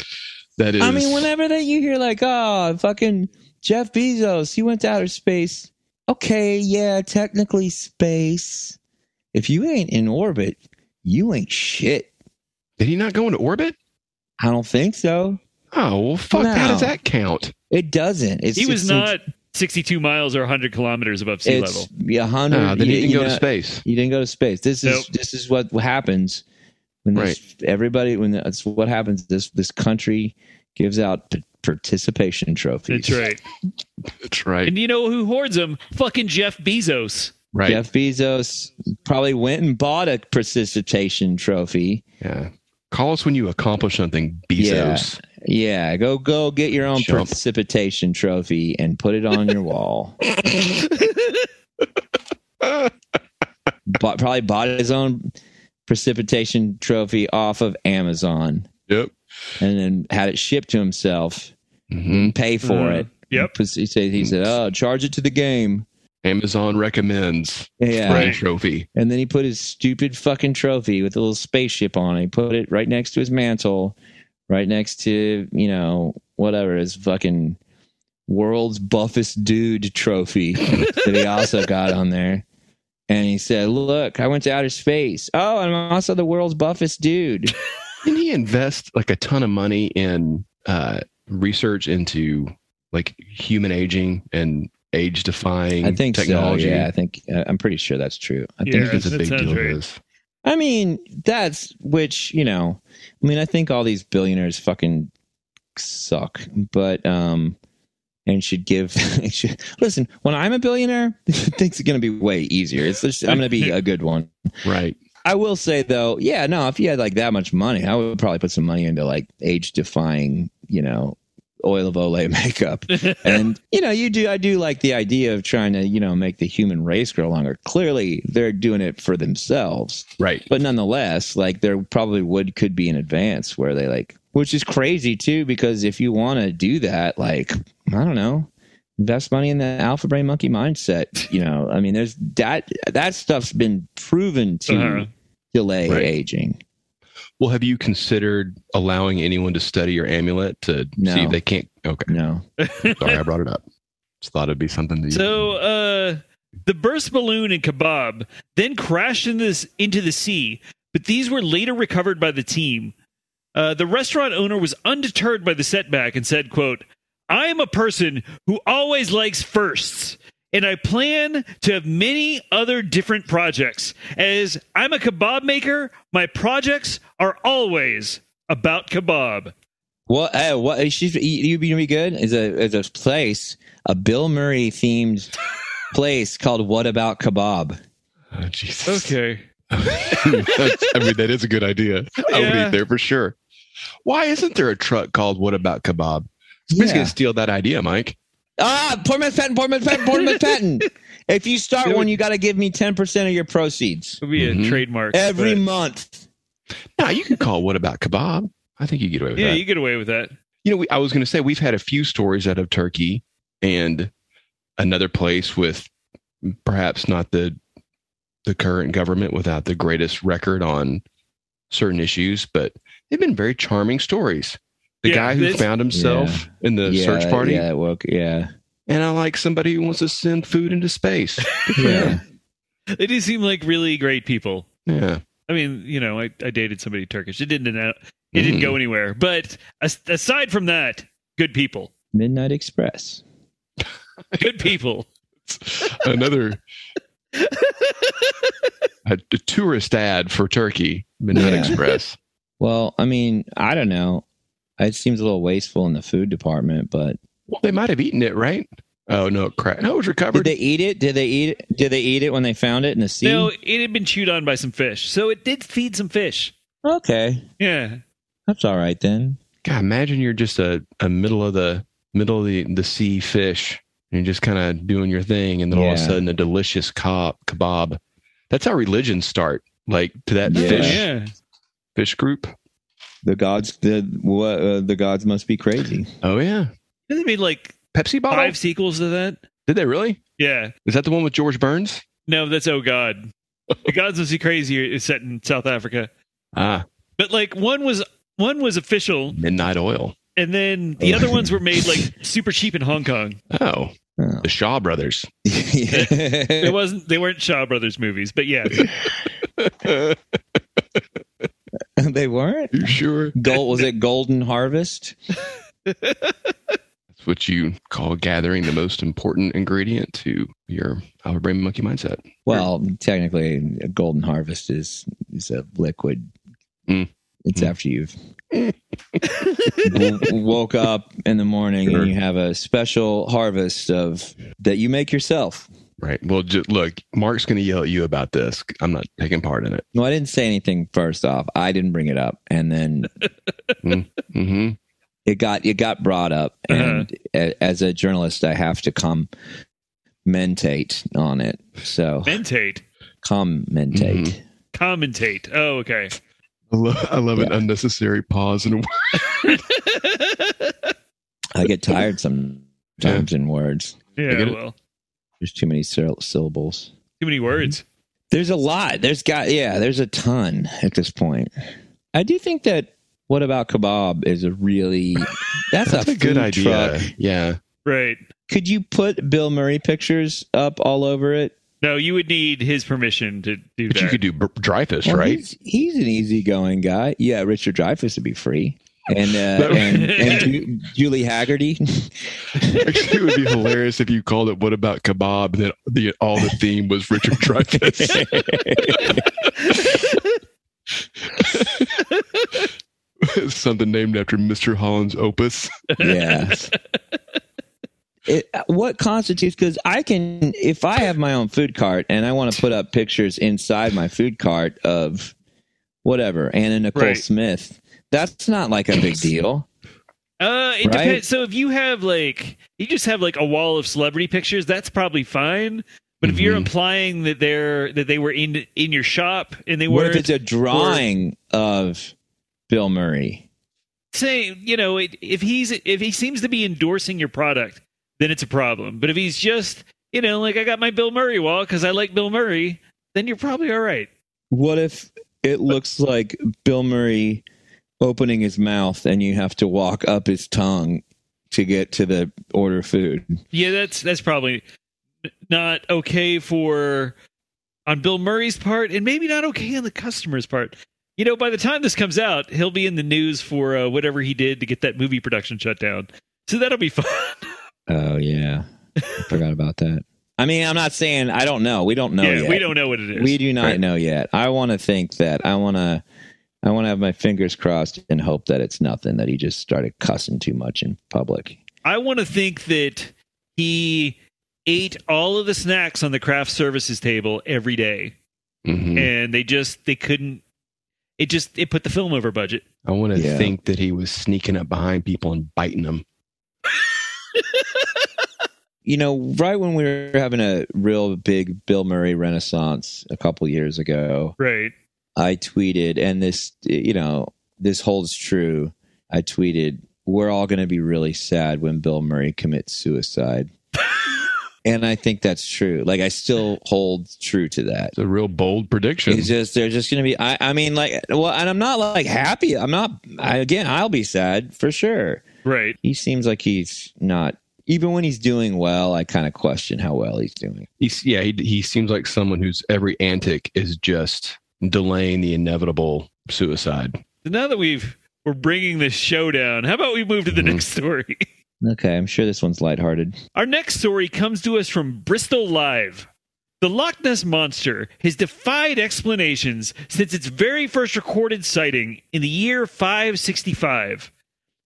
S1: that is.
S2: I mean, whenever that you hear like, oh, fucking Jeff Bezos, he went to outer space. Okay, yeah, technically space. If you ain't in orbit, you ain't shit.
S1: did he not go into orbit?
S2: I don't think so.
S1: Oh well, fuck. How does
S2: No.
S1: that count?
S2: It doesn't. It's,
S3: he was
S2: it's-
S3: not 62 miles or 100 kilometers above sea
S2: It's
S3: level.
S2: a hundred.
S1: Ah, then
S2: you-
S1: he didn't
S2: you
S1: go to
S2: know-
S1: space.
S2: You didn't go to space. This is
S3: Nope.
S2: this is what happens when this, everybody when that's what happens. This this country gives out p- participation trophies.
S3: That's right.
S1: That's right.
S3: And you know who hoards them? Fucking Jeff Bezos.
S1: Right.
S2: Jeff Bezos probably went and bought a participation trophy.
S1: Yeah. Call us when you accomplish something, Bezos.
S2: Yeah, go go get your own
S1: Jump.
S2: participation trophy and put it on your wall. bought, probably bought his own precipitation trophy off of Amazon
S1: Yep.
S2: and then had it shipped to himself
S1: hmm
S2: pay for
S3: Uh,
S2: it.
S3: yep.
S2: He said, he said, oh, charge it to the game.
S1: Amazon recommends
S2: Yeah.
S1: Brain
S3: Right.
S1: Trophy.
S2: And then he put his stupid fucking trophy with a little spaceship on it. He put it right next to his mantle, right next to, you know, whatever his fucking world's buffest dude trophy that he also got on there. And he said, look, I went to outer space. Oh, and I'm also the world's buffest dude.
S1: Didn't he invest like a ton of money in uh, research into like human aging and age defying
S2: I think
S1: technology?
S2: so. Yeah, I think uh, I'm pretty sure that's true. I
S1: I
S2: think
S1: think
S3: Yeah,
S1: it's a
S3: that
S1: big
S3: sounds
S1: deal. to
S3: right.
S1: this.
S2: I mean, that's which, you know, I mean, I think all these billionaires fucking suck, but, um, and should give, should, listen, when I'm a billionaire, things are going to be way easier. It's just, I'm going to be a good one.
S1: Right.
S2: I will say though, yeah, no, if you had like that much money, I would probably put some money into like age defying, you know, oil of Olay makeup. and you know, you do. I do like the idea of trying to you know make the human race grow longer. Clearly, they're doing it for themselves,
S1: Right.
S2: but nonetheless, like there probably would could be an advance where they like, which is crazy too, because if you want to do that, like I don't know. Invest money in the alpha brain monkey mindset. You know, I mean, there's that that stuff's been proven to
S3: Uh-huh.
S2: delay
S1: Right.
S2: aging.
S1: Well, have you considered allowing anyone to study your amulet to
S2: No.
S1: see if they can't? Okay.
S2: No,
S1: Sorry, I brought it up. Just thought it'd be something that you.
S3: So uh the burst balloon and kebab then crashed in this into the sea, but these were later recovered by the team. Uh, the restaurant owner was undeterred by the setback and said, quote, I am a person who always likes firsts, and I plan to have many other different projects. As I'm a kebab maker, my projects are always about kebab.
S2: What? Uh, what? She's you. You be good. Is a is a place a Bill Murray themed place called What About Kebab?
S1: Oh, Jesus.
S3: Okay.
S1: That's- I mean, that is a good idea. I would
S3: Yeah.
S1: eat there for sure. Why isn't there a truck called What About Kebab? Somebody's
S2: Yeah.
S1: going to steal that idea, Mike.
S2: Ah, Portman's patent. Portman's patent. Portman's patent. If you start
S3: Dude.
S2: one, you got to give me ten percent of your proceeds
S3: It would be
S1: Mhm.
S3: a trademark.
S2: every
S3: but-
S2: month.
S1: No, you can call What About Kebab. I think you get away with
S3: Yeah,
S1: that.
S3: you get away with that.
S1: you know, we, I was going to say we've had a few stories out of Turkey and another place with perhaps not the the current government without the greatest record on certain issues, but they've been very charming stories. The
S3: Yeah,
S1: guy who
S3: it's-
S1: found himself in the
S2: Yeah,
S1: search party,
S2: Yeah, well, yeah,
S1: and I like somebody who wants to send food into space.
S2: yeah.
S3: They do seem like really great people.
S1: yeah,
S3: I mean, you know, I, I dated somebody Turkish. It didn't uh, it didn't
S1: Mm.
S3: go anywhere. But as, aside from that, good people,
S2: Midnight Express.
S3: good people.
S1: another a, a tourist ad for Turkey, Midnight
S2: Yeah.
S1: Express.
S2: Well, I mean, I don't know. It seems a little wasteful in the food department, but
S1: Well, they might have eaten it, right? Oh no, crap! No, it was
S2: did
S1: recovered.
S2: they eat it? Did they eat it? Did they eat it when they found it in the sea?
S3: No, it had been chewed on by some fish, so it did feed some fish.
S2: Okay.
S3: Yeah,
S2: That's all right then.
S1: God, imagine you're just a, a middle of the middle of the, the sea fish, and you're just kind of doing your thing, and then all of a
S2: Yeah.
S1: sudden, a delicious cob, kebab. That's how religions start, like to that
S2: Yeah.
S1: fish
S3: yeah.
S1: fish group.
S2: The gods, the what, uh, the gods must be crazy.
S1: Oh yeah,
S3: And they made like
S1: Pepsi bottle.
S3: five sequels to that.
S1: Did they really?
S3: Yeah,
S1: Is that the one with George Burns?
S3: no, that's oh god, the gods must be crazy. Is set in South Africa,
S1: Ah,
S3: but like one was one was official,
S1: Midnight Oil.
S3: and then the other ones were made like super cheap in Hong Kong.
S1: Oh,
S2: Oh.
S1: the Shaw brothers.
S3: It wasn't they weren't Shaw Brothers movies, but yeah.
S2: they weren't.
S1: you sure?
S2: Gold was it Golden Harvest?
S1: That's what you call gathering the most important ingredient to your alpha brain monkey mindset.
S2: Well, technically, a Golden Harvest is is a liquid.
S1: Mm.
S2: It's
S1: Mm.
S2: after you've w- woke up in the morning
S1: Sure.
S2: and you have a special harvest of that you make yourself.
S1: Right. Well, ju- look, Mark's going to yell at you about this. I'm not taking part in it.
S2: No, I didn't say anything. First off, I didn't bring it up, and then
S1: hmm
S2: it got it got brought up
S1: Uh-huh.
S2: and a, as a journalist i have to commentate on it so
S3: Mentate.
S2: commentate
S1: Mm-hmm.
S3: Commentate. Oh, okay.
S1: I love, I love an unnecessary pause in a word.
S2: i get tired sometimes in words
S1: I get
S3: Yeah,
S1: it.
S3: well,
S2: there's too many syl- syllables
S3: too many words.
S2: there's a lot there's got yeah there's a ton at this point i do think that what about kebab is a really that's,
S1: That's a good
S2: food
S1: idea.
S2: truck.
S1: Yeah.
S3: Mm-hmm. Right.
S2: could you put bill murray pictures up all over it
S3: No, you would need his permission to do
S1: But
S3: that.
S1: you could do br- Dreyfus,
S2: Well,
S1: right?
S2: He's, he's an easygoing guy. Yeah, Richard Dreyfuss would be free, and uh,
S1: But-
S2: and, and Ju- Julie Haggerty.
S1: Actually, it would be hilarious if you called it "What About Kebab?" and then the, all the theme was Richard Dreyfus. Something named after Mr. Holland's opus.
S2: yeah. It, uh, what constitutes? Because I can, if I have my own food cart and I want to put up pictures inside my food cart of whatever Anna Nicole
S3: Right.
S2: Smith, that's not like a big deal.
S3: Uh, it
S2: Right?
S3: depends. So if you have like, you just have like a wall of celebrity pictures, that's probably fine. But if you're
S1: Mhm.
S3: implying that they're that they were in in your shop and they
S2: What
S3: were
S2: if it's a drawing of Bill Murray?
S3: say, you know, it, if he's if he seems to be endorsing your product, then it's a problem. But if he's just, you know, like I got my Bill Murray wall because I like Bill Murray, then you're probably all right.
S2: What if it looks like Bill Murray opening his mouth and you have to walk up his tongue to get to the order food?
S3: Yeah, that's that's probably not okay for on Bill Murray's part, and maybe not okay on the customer's part. You know, by the time this comes out, he'll be in the news for uh, whatever he did to get that movie production shut down. So that'll be fun.
S2: Oh yeah, I forgot about that. I mean, I'm not saying I don't know. We don't know
S3: yeah,
S2: yet.
S3: we don't know what it is.
S2: Oh, We do not
S1: Right.
S2: know yet. I want to think that. I want to. I want to have my fingers crossed and hope that it's nothing that he just started cussing too much in public.
S3: I want to think that he ate all of the snacks on the craft services table every day,
S1: Mhm.
S3: and they just they couldn't. It just it put the film over budget.
S1: I want to
S2: Yeah.
S1: think that he was sneaking up behind people and biting them.
S2: You know, right when we were having a real big Bill Murray renaissance a couple years ago,
S3: Right.
S2: I tweeted, and this, you know, this holds true. I tweeted, "We're all going to be really sad when Bill Murray commits suicide," and I think that's true. Like, I still hold true to that.
S1: It's a real bold prediction.
S2: It's just they're just gonna be. I, I mean, like, well, and I'm not like happy. I'm not. I, again, I'll be sad for sure.
S3: Right.
S2: He seems like he's not. Even when he's doing well, I kind of question how well he's doing.
S1: He's, yeah, he, he seems like someone whose every antic is just delaying the inevitable suicide.
S3: So now that we've we're bringing this show down, how about we move to the
S2: Mm-hmm.
S1: Mhm.
S3: next story?
S2: Okay, I'm sure this one's lighthearted.
S3: Our next story comes to us from Bristol Live. The Loch Ness Monster has defied explanations since its very first recorded sighting in the year 565.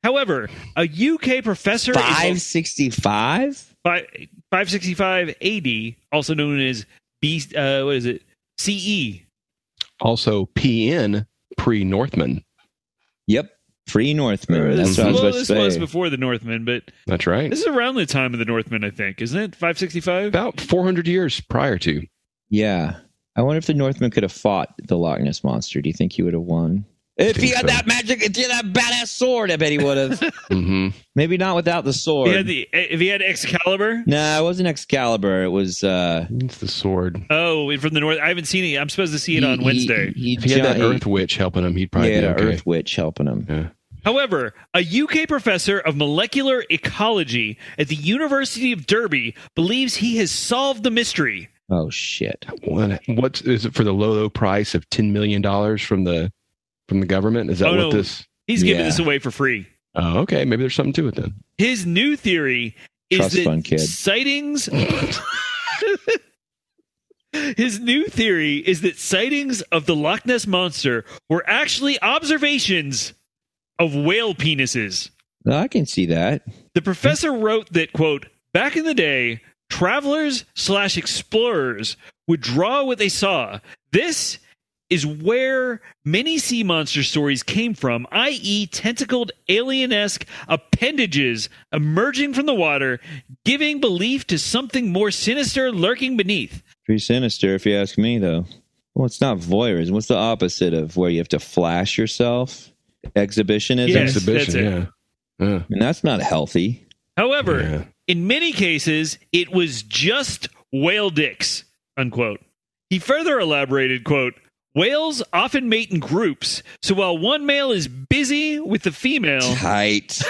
S3: However, a UK professor in-
S2: Five sixty-five.
S3: Fi- 565 AD, also known as B, uh, what is it? E. CE.
S1: Also, PN pre Northman.
S2: Yep, pre Northman. That's
S3: This,
S2: what I was
S3: well,
S2: about
S3: this
S2: to
S3: was
S2: say.
S3: before the Northmen, but
S1: That's right.
S3: this is around the time of the Northmen, I think, isn't it? 565?
S1: About 400 years prior to.
S2: Yeah, I wonder if the Northman could have fought the Loch Ness monster. Do you think he would have won? If
S1: think
S2: he had
S1: so.
S2: that magic, if he had that badass sword, I bet he would have.
S1: hmm
S2: Maybe not without the sword.
S3: If he had the- eh, if he had Excalibur,
S2: No, it wasn't Excalibur. It was uh
S1: It's the sword.
S3: Oh, from the north. I haven't seen it. I'm supposed to see it
S2: he-
S3: on
S2: he-
S3: Wednesday.
S2: He, he,
S1: If he had that
S2: he-
S1: Earth Witch helping him, he'd probably
S2: he had
S1: be
S2: an
S1: okay.
S2: Earth Witch helping him.
S1: Yeah.
S3: However, a UK professor of molecular ecology at the University of Derby believes he has solved the mystery.
S2: Oh shit.
S1: What, what is it for the low, low price of $10 million from the from the government? Is that
S3: Oh,
S1: what
S3: no.
S1: this?
S3: He's giving
S2: Yeah.
S3: this away for free.
S1: Oh, okay. Maybe there's something to it then.
S3: His new theory is
S2: Trust
S3: that
S2: fund kid.
S3: sightings. His new theory is that sightings of the Loch Ness monster were actually observations of whale penises.
S2: No, I can see that.
S3: The professor wrote that, quote, back in the day, travelers slash explorers would draw what they saw. This is where many sea monster stories came from, i.e., tentacled alien esque appendages emerging from the water, giving belief to something more sinister lurking beneath.
S2: Pretty sinister if you ask me though. Well, it's not voyeurism. What's the opposite of where you have to flash yourself? Exhibitionism.
S3: Yes, that's
S1: Exhibition.
S3: it.
S1: Yeah. Yeah.
S2: And that's not healthy.
S3: However,
S1: Yeah.
S3: In many cases, it was just whale dicks, unquote. He further elaborated, quote, Whales often mate in groups, so while one male is busy with the female,
S2: Tight.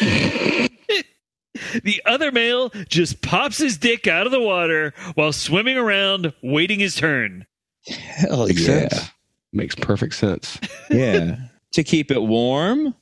S3: the other male just pops his dick out of the water while swimming around, waiting his turn.
S2: Hell
S1: Makes
S2: yeah.
S1: sense. Makes perfect sense.
S2: yeah. To keep it warm.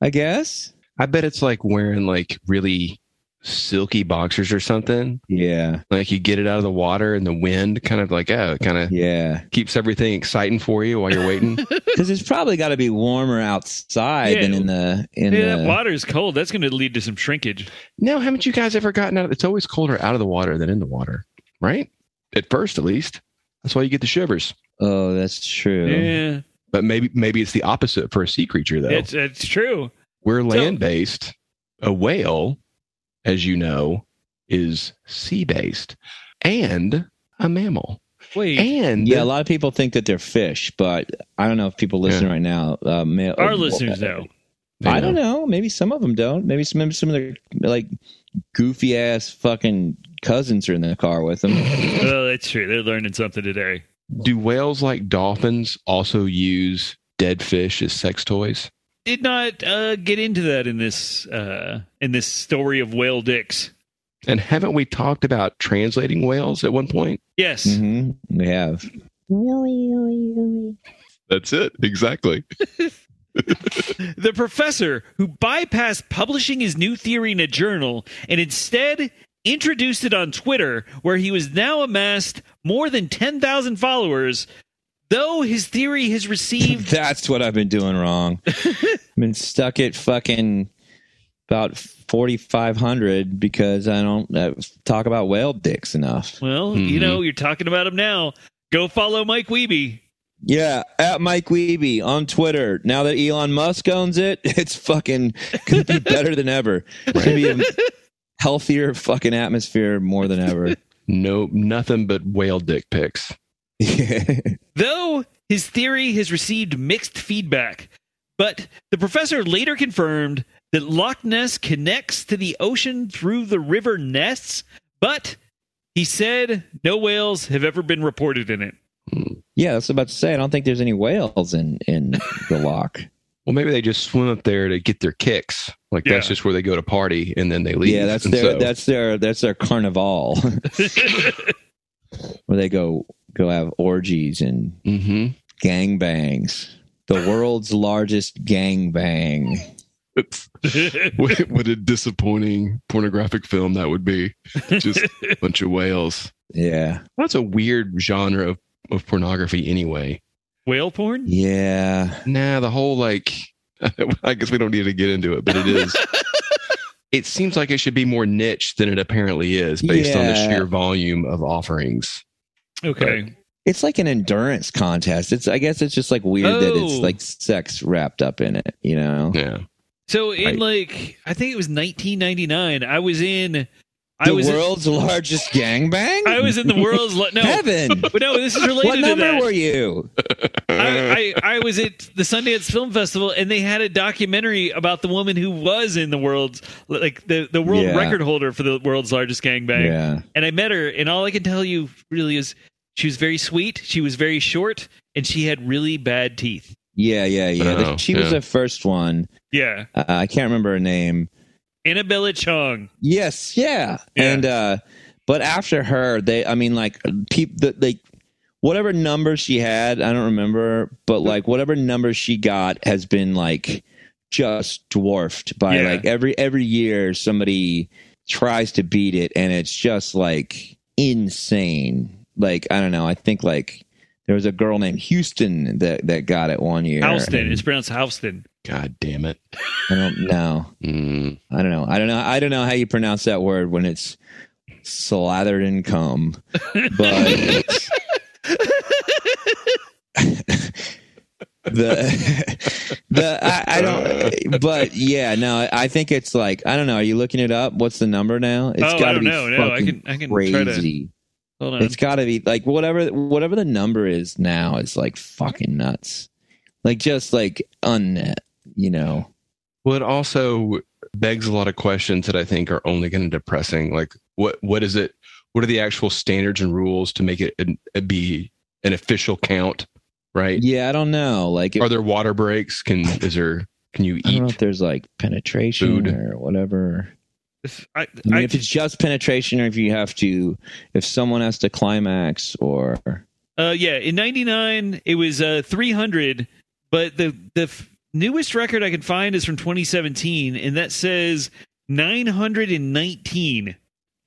S2: I guess.
S1: I bet it's like wearing like really silky boxers or something.
S2: Yeah.
S1: Like you get it out of the water and the wind kind of like, oh, kind of
S2: Yeah.
S1: keeps everything exciting for you while you're waiting.
S2: Because it's probably got to be warmer outside
S3: Yeah.
S2: than in the in
S3: Yeah,
S1: uh,
S2: the
S3: that water's cold. That's going to lead to some shrinkage.
S1: now, haven't you guys ever gotten out? It's always colder out of the water than in the water, right? At first, at least. That's why you get the shivers.
S2: Oh, that's true.
S3: Yeah,
S1: But maybe maybe it's the opposite for a sea creature though.
S3: it's, it's true.
S1: We're land based. A whale, as you know, is sea based and a mammal.
S3: Wait,
S1: And
S2: Yeah, a lot of people think that they're fish, but I don't know if people listening right now. Uh, may,
S3: our
S2: uh,
S3: listeners know.
S2: I don't know. Maybe some of them don't. Maybe some maybe some of their like goofy ass fucking cousins are in the car with them.
S3: Oh, that's true. They're learning something today.
S1: Do whales like dolphins also use dead fish as sex toys?
S3: Did not uh, get into that in this uh, in this story of whale dicks.
S1: And haven't we talked about translating whales at one point?
S3: Yes.
S2: hmm We have.
S1: That's it. Exactly.
S3: The professor who bypassed publishing his new theory in a journal and instead introduced it on Twitter, where he was now amassed more than 10,000 followers, though his theory has received.
S2: That's what I've been doing wrong. I've been stuck at fucking about forty five hundred because I don't uh, talk about whale dicks enough.
S3: well, you know, you're talking about him now. Go follow Mike Wiebe.
S2: Yeah, at Mike Weeby on Twitter. Now that Elon Musk owns it, it's fucking gonna be better than ever. It's gonna be a healthier fucking atmosphere more than ever.
S1: No, nothing but whale dick pics.
S3: Though his theory has received mixed feedback, but the professor later confirmed that Loch Ness connects to the ocean through the river Ness, but he said no whales have ever been reported in it.
S2: yeah, that's about to say. I don't think there's any whales in in the lock.
S1: Well, maybe they just swim up there to get their kicks. Like that's
S3: Yeah.
S1: just where they go to party and then they leave.
S2: yeah, that's
S1: And
S2: their
S1: so-
S2: that's their that's their carnival where they go go have orgies and
S1: Mhm.
S2: gangbangs. The world's largest gangbang.
S1: It's- what, what a disappointing pornographic film that would be. Just a bunch of whales.
S2: Yeah,
S1: That's a weird genre of, of pornography anyway.
S3: Whale porn?
S2: yeah.
S1: Nah, the whole like, I guess we don't need to get into it, but it is. it seems like it should be more niche than it apparently is based on the
S2: Yeah.
S1: sheer volume of offerings.
S3: Okay.
S2: It's like an endurance contest. It's I guess it's just like weird that
S3: Oh.
S2: it's like sex wrapped up in it. You know?
S1: Yeah.
S3: So in like I think it was 1999, I was in I
S2: The
S3: was
S2: world's largest gangbang.
S3: in, I was in the world's le- no.
S2: heaven.
S3: But no, this is related
S2: what
S3: to
S2: number
S3: that.
S2: were you?
S3: I, I, I was at the Sundance Film Festival, and they had a documentary about the woman who was in the world's like the the world
S2: Yeah.
S3: record holder for the world's largest gangbang.
S2: Yeah.
S3: And I met her, and all I can tell you really is she was very sweet, she was very short, and she had really bad teeth.
S2: Yeah, yeah, yeah. The-
S1: Oh,
S2: she was
S1: yeah.
S2: the first one.
S3: Yeah,
S2: Uh, I can't remember her name.
S3: Annabella Chong.
S2: Yes, yeah.
S3: Yeah.
S2: And uh but after her, they I mean like peop the like whatever number she had, I don't remember,
S3: Hmm.
S2: but like whatever number she got has been like just dwarfed by
S3: Yeah.
S2: like every every year somebody tries to beat it and it's just like insane. Like I don't know, I think like there was a girl named Houston that that got it one year.
S3: Houston.
S2: and
S3: It's pronounced Houston.
S1: God damn it.
S2: I don't know.
S1: Mm.
S2: I don't know. I don't know. I don't know how you pronounce that word when it's slathered in cum, but the the I, I don't. But yeah, no. I think it's like I don't know. Are you looking it up? What's the number now? It's
S3: Oh, I
S2: gotta
S3: don't
S2: be
S3: know. No, I
S2: fucking
S3: can- I can try to- uh,
S2: crazy.
S3: Hold on.
S2: It's got to be like whatever whatever the number is now is like fucking nuts. Like just like un, you know.
S1: Well, it also begs a lot of questions that I think are only kind of depressing. Like, what what is it? What are the actual standards and rules to make it an, be an official count? Right?
S2: Yeah, I don't know. Like if
S1: Are there water breaks? Can is there? Can you
S2: I don't know
S1: eat?
S2: if there's like penetration
S1: Food.
S2: or whatever.
S3: I,
S2: I mean,
S3: I,
S2: if it's just penetration, or if you have to, if someone has to climax, or
S3: Uh, yeah, in '99 it was uh 300, but the the f- newest record I can find is from 2017, and that says 919,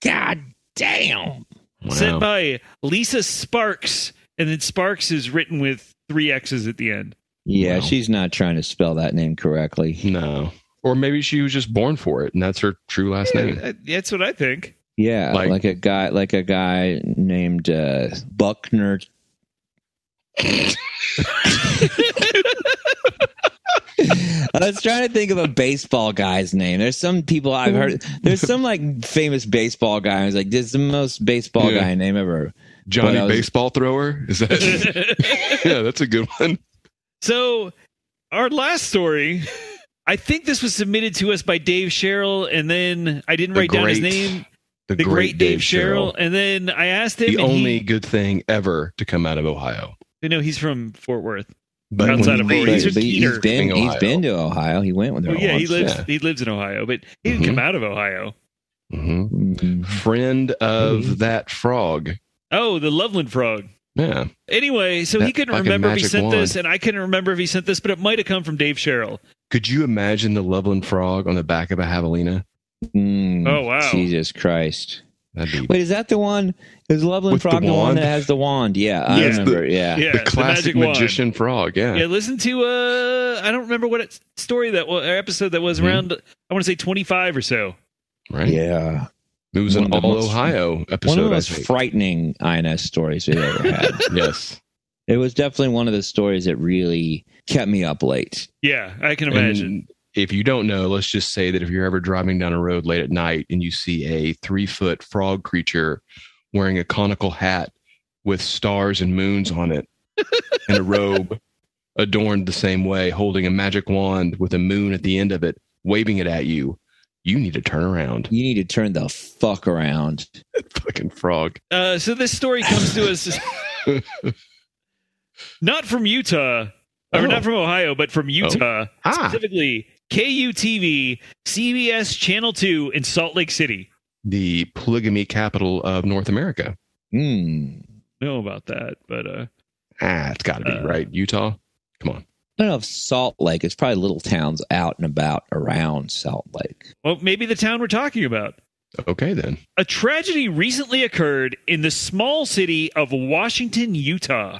S2: God damn,
S3: sent by Lisa Sparks, and then Sparks is written with three X's at the end.
S2: yeah,
S1: Wow.
S2: she's not trying to spell that name correctly.
S1: No. Or maybe she was just born for it, and that's her true last name.
S3: Uh, That's what I think.
S2: Yeah,
S1: Like-
S2: like, a guy, like a guy named uh, Buckner. I was trying to think of a baseball guy's name. There's some people I've heard. There's some like famous baseball guy who's like, "This is the most baseball
S1: Yeah.
S2: guy name ever."
S1: Johnny
S2: But I was-
S1: Baseball Thrower. Is that? yeah, that's a good one.
S3: So, our last story, I think this was submitted to us by Dave Sherrill, and then I didn't
S1: The
S3: write down his
S1: great-
S3: name, the great, Dave, Sherrill, and then I asked him,
S1: The
S3: and
S1: only
S3: he,
S1: good thing ever to come out of Ohio.
S3: you know, he's from Fort Worth.
S1: But
S3: Outside
S1: when
S3: of
S1: you
S3: Fort Worth,
S1: leave-
S3: he's from
S2: he's
S3: Keter.
S2: been
S1: In
S2: he's
S1: Ohio.
S2: been to Ohio. He went with her.
S3: Well, yeah, he
S2: once.
S3: lives
S1: yeah.
S3: he lives in Ohio, but he didn't
S1: Mhm.
S3: come out of Ohio.
S1: Mhm.
S2: Mhm.
S1: Friend
S2: Mhm.
S1: of that frog.
S3: Oh, the Loveland Frog.
S1: Yeah.
S3: Anyway, so he
S1: That
S3: couldn't
S1: fucking
S3: remember if he
S1: magic
S3: sent this,
S1: wand.
S3: and I couldn't remember if he sent this, but it might have come from Dave Sherrill.
S1: Could you imagine the Loveland frog on the back of a javelina?
S2: Mm.
S3: Oh, wow.
S2: Jesus Christ!
S1: That'd be
S2: Wait, is that the one? Is Loveland
S1: With the
S2: Frog the, one
S1: wand?
S2: that has the wand? Yeah, I
S3: Yeah.
S2: remember. Yeah.
S3: Yeah,
S1: the
S3: the
S1: classic
S3: magic wand.
S1: magician frog. Yeah.
S3: Yeah, listen to uh, I don't remember what it, story that was, or episode that was
S1: Mhm.
S3: around. I want to say twenty five or so.
S1: Right.
S2: Yeah.
S1: It was an
S2: One of the
S1: all
S2: most-
S1: Ohio
S2: One of the
S1: episode. I
S2: most
S1: think.
S2: frightening INS stories we've ever had.
S1: yes.
S2: It was definitely one of the stories that really kept me up late.
S3: Yeah, I
S1: Mm-hmm.
S3: can imagine.
S1: And if you don't know, let's just say that if you're ever driving down a road late at night and you see a three foot frog creature wearing a conical hat with stars and moons on it and a robe adorned the same way, holding a magic wand with a moon at the end of it, waving it at you, you need to turn around.
S2: You need to turn the fuck around.
S1: Fucking frog.
S3: Uh, so this story comes to us not from Utah, or
S1: Oh.
S3: not from Ohio, but from Utah
S1: Ah,
S3: specifically. KUTV, CBS Channel Two in Salt Lake City.
S1: the polygamy capital of North America.
S2: Hmm.
S3: Know about that, but uh,
S1: Ah, it's got to be
S3: Uh,
S1: right. Utah. Come on.
S2: I don't know if Salt Lake. It's probably little towns out and about around Salt Lake.
S3: well, maybe the town we're talking about.
S1: Okay, then.
S3: A tragedy recently occurred in the small city of Washington, Utah.